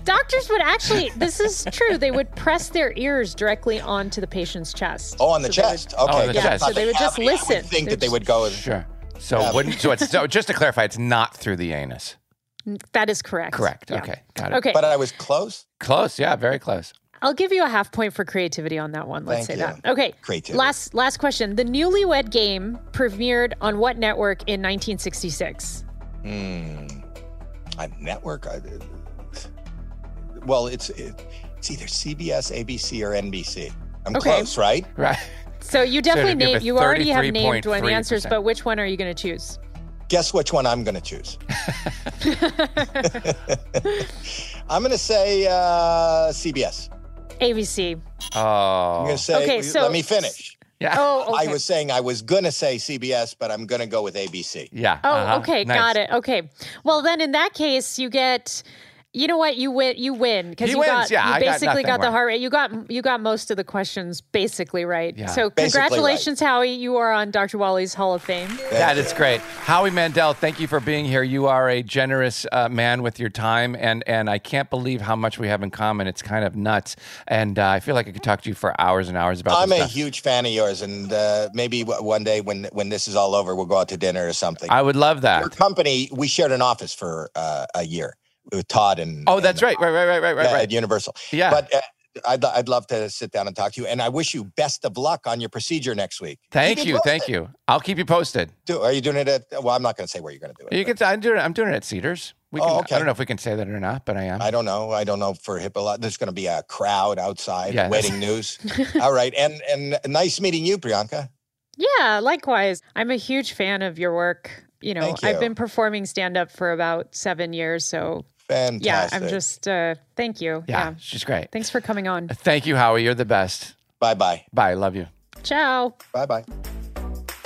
[SPEAKER 2] Doctors would
[SPEAKER 3] [laughs]
[SPEAKER 2] actually, this is true, they would press their ears directly onto the patient's chest.
[SPEAKER 3] Oh, on the
[SPEAKER 2] So they would-
[SPEAKER 3] chest. Okay.
[SPEAKER 1] the
[SPEAKER 3] yeah,
[SPEAKER 1] chest.
[SPEAKER 3] not
[SPEAKER 1] So
[SPEAKER 2] they would just
[SPEAKER 3] cavity. I
[SPEAKER 2] listen. They
[SPEAKER 3] think that they
[SPEAKER 2] just-
[SPEAKER 3] would go.
[SPEAKER 1] Sure. So wouldn't so it's so just to clarify, it's not through the anus.
[SPEAKER 2] that is correct.
[SPEAKER 1] Correct.
[SPEAKER 2] Yeah.
[SPEAKER 1] Okay. Got it.
[SPEAKER 2] Okay.
[SPEAKER 3] But I was close.
[SPEAKER 1] Close. Yeah, very close.
[SPEAKER 2] I'll give you a half point for creativity on that one. Let's
[SPEAKER 3] Thank
[SPEAKER 2] say
[SPEAKER 3] you.
[SPEAKER 2] that. Okay.
[SPEAKER 3] Creativity.
[SPEAKER 2] Last last question. The Newlywed Game premiered on what network in 1966?
[SPEAKER 3] Hmm. A network. I, well, it's it, it's either CBS, ABC, or NBC. I'm
[SPEAKER 2] Okay.
[SPEAKER 3] close, right?
[SPEAKER 1] Right. [laughs]
[SPEAKER 2] So you definitely
[SPEAKER 1] it'd give
[SPEAKER 2] named
[SPEAKER 1] a
[SPEAKER 2] you already have named
[SPEAKER 1] 33.3%.
[SPEAKER 2] one of the answers, but which one are you going to choose?
[SPEAKER 3] Guess which one I'm going
[SPEAKER 1] [laughs]
[SPEAKER 3] to choose. [laughs] I'm going to say uh, CBS.
[SPEAKER 2] ABC.
[SPEAKER 1] Oh.
[SPEAKER 3] I'm going to say.
[SPEAKER 2] Okay, so-
[SPEAKER 3] let me finish.
[SPEAKER 1] yeah.
[SPEAKER 2] Oh, okay.
[SPEAKER 3] I was saying I was going to say CBS, but I'm going to go with ABC.
[SPEAKER 1] Yeah.
[SPEAKER 2] Oh,
[SPEAKER 1] uh-huh.
[SPEAKER 2] okay,
[SPEAKER 1] Nice.
[SPEAKER 2] got it. Okay. Well, then in that case, you get you know what? You win you win because
[SPEAKER 1] He
[SPEAKER 2] you
[SPEAKER 1] wins,
[SPEAKER 2] got
[SPEAKER 1] yeah,
[SPEAKER 2] you
[SPEAKER 1] I got
[SPEAKER 2] basically
[SPEAKER 1] nothing
[SPEAKER 2] got, the
[SPEAKER 1] right.
[SPEAKER 2] heart rate. You got you got most of the questions basically right.
[SPEAKER 1] Yeah.
[SPEAKER 2] So
[SPEAKER 3] Basically right.
[SPEAKER 2] congratulations Howie, you are on Dr. Wally's Hall of Fame.
[SPEAKER 1] That is great. Howie Mandel, thank you for being here. You are a generous uh, man with your time, and, and I can't believe how much we have in common. It's kind of nuts. And uh, I feel like I could talk to you for hours and hours about
[SPEAKER 3] I'm
[SPEAKER 1] this
[SPEAKER 3] a
[SPEAKER 1] stuff.
[SPEAKER 3] huge fan of yours, and uh, maybe w- one day when when this is all over, we'll go out to dinner or something.
[SPEAKER 1] I would love
[SPEAKER 3] Your
[SPEAKER 1] that.
[SPEAKER 3] company, we shared an office for uh, a year with Todd and
[SPEAKER 1] Oh, that's right. Right, right, right, right, right,
[SPEAKER 3] yeah,
[SPEAKER 1] right.
[SPEAKER 3] at Universal.
[SPEAKER 1] Yeah.
[SPEAKER 3] But uh, I'd, I'd love to sit down and talk to you. And I wish you best of luck on your procedure next week.
[SPEAKER 1] Thank
[SPEAKER 3] Keep me
[SPEAKER 1] you, thank
[SPEAKER 3] posted.
[SPEAKER 1] you. I'll keep you posted.
[SPEAKER 3] Do, are you doing it at, well, I'm not going to say where you're going to do it.
[SPEAKER 1] You
[SPEAKER 3] but
[SPEAKER 1] can. I'm doing. I'm doing it at Cedars. We can,
[SPEAKER 3] Oh, okay.
[SPEAKER 1] I don't know if we can say that or not, but I am.
[SPEAKER 3] I don't know. I don't know for HIPAA. There's going to be a crowd outside,
[SPEAKER 1] Yeah, that's-
[SPEAKER 3] wedding
[SPEAKER 2] [laughs]
[SPEAKER 3] news. All right. And, and nice meeting you, Priyanka.
[SPEAKER 2] Yeah, likewise. I'm a huge fan of your work. You know,
[SPEAKER 3] Thank you.
[SPEAKER 2] I've been performing stand up for about seven years. So,
[SPEAKER 3] Fantastic.
[SPEAKER 2] yeah, I'm just, uh, thank you.
[SPEAKER 1] yeah, she's great.
[SPEAKER 2] Thanks for coming on.
[SPEAKER 1] Thank you, Howie. You're the best.
[SPEAKER 3] Bye bye.
[SPEAKER 1] Bye. Love you.
[SPEAKER 2] Ciao.
[SPEAKER 3] Bye bye.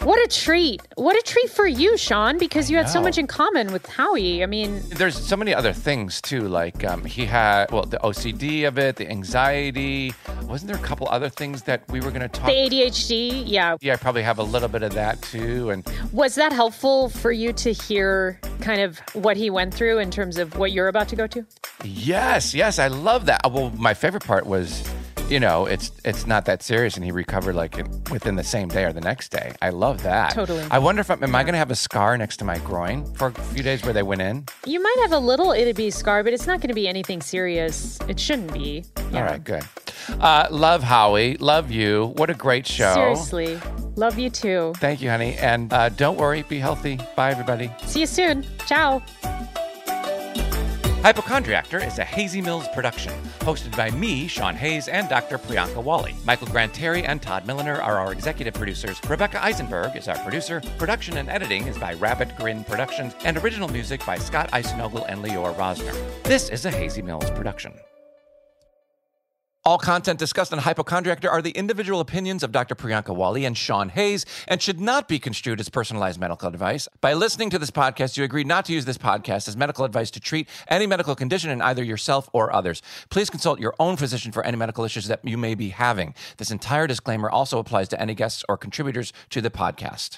[SPEAKER 2] What a treat. What a treat for you, Sean, because you had so
[SPEAKER 1] know.
[SPEAKER 2] much in common with Howie. I mean,
[SPEAKER 1] There's so many other things too. Like um, he had well the OCD of it, the anxiety. Wasn't there a couple other things that we were going to talk?
[SPEAKER 2] the ADHD, yeah.
[SPEAKER 1] yeah, I probably have a little bit of that too. And
[SPEAKER 2] Was that helpful for you to hear kind of what he went through in terms of what you're about to go to?
[SPEAKER 1] yes, yes, I love that. Uh, Well, my favorite part was, you know, it's it's not that serious, and he recovered like in- within the same day or the next day. I love that.
[SPEAKER 2] Totally.
[SPEAKER 1] I wonder if I'm, am I going to have a scar next to my groin for a few days where they went in?
[SPEAKER 2] You might have a little itty bitty scar, but it's not going to be anything serious. It shouldn't be.
[SPEAKER 1] All right, good. Uh, love Howie. Love you. What a great show.
[SPEAKER 2] Seriously. Love you too.
[SPEAKER 1] Thank you, honey. And uh, don't worry, be healthy. Bye, everybody.
[SPEAKER 2] See you soon. Ciao.
[SPEAKER 4] Hypochondriactor is a Hazy Mills production, hosted by me, Sean Hayes, and Dr. Priyanka Wally. Michael Granteri and Todd Milliner are our executive producers. Rebecca Eisenberg is our producer. Production and editing is by Rabbit Grin Productions, and original music by Scott Eisenogel and Lior Rosner. This is a Hazy Mills production. All content discussed on Hypochondriactor are the individual opinions of Dr. Priyanka Wally and Sean Hayes and should not be construed as personalized medical advice. By listening to this podcast, you agree not to use this podcast as medical advice to treat any medical condition in either yourself or others. Please consult your own physician for any medical issues that you may be having. This entire disclaimer also applies to any guests or contributors to the podcast.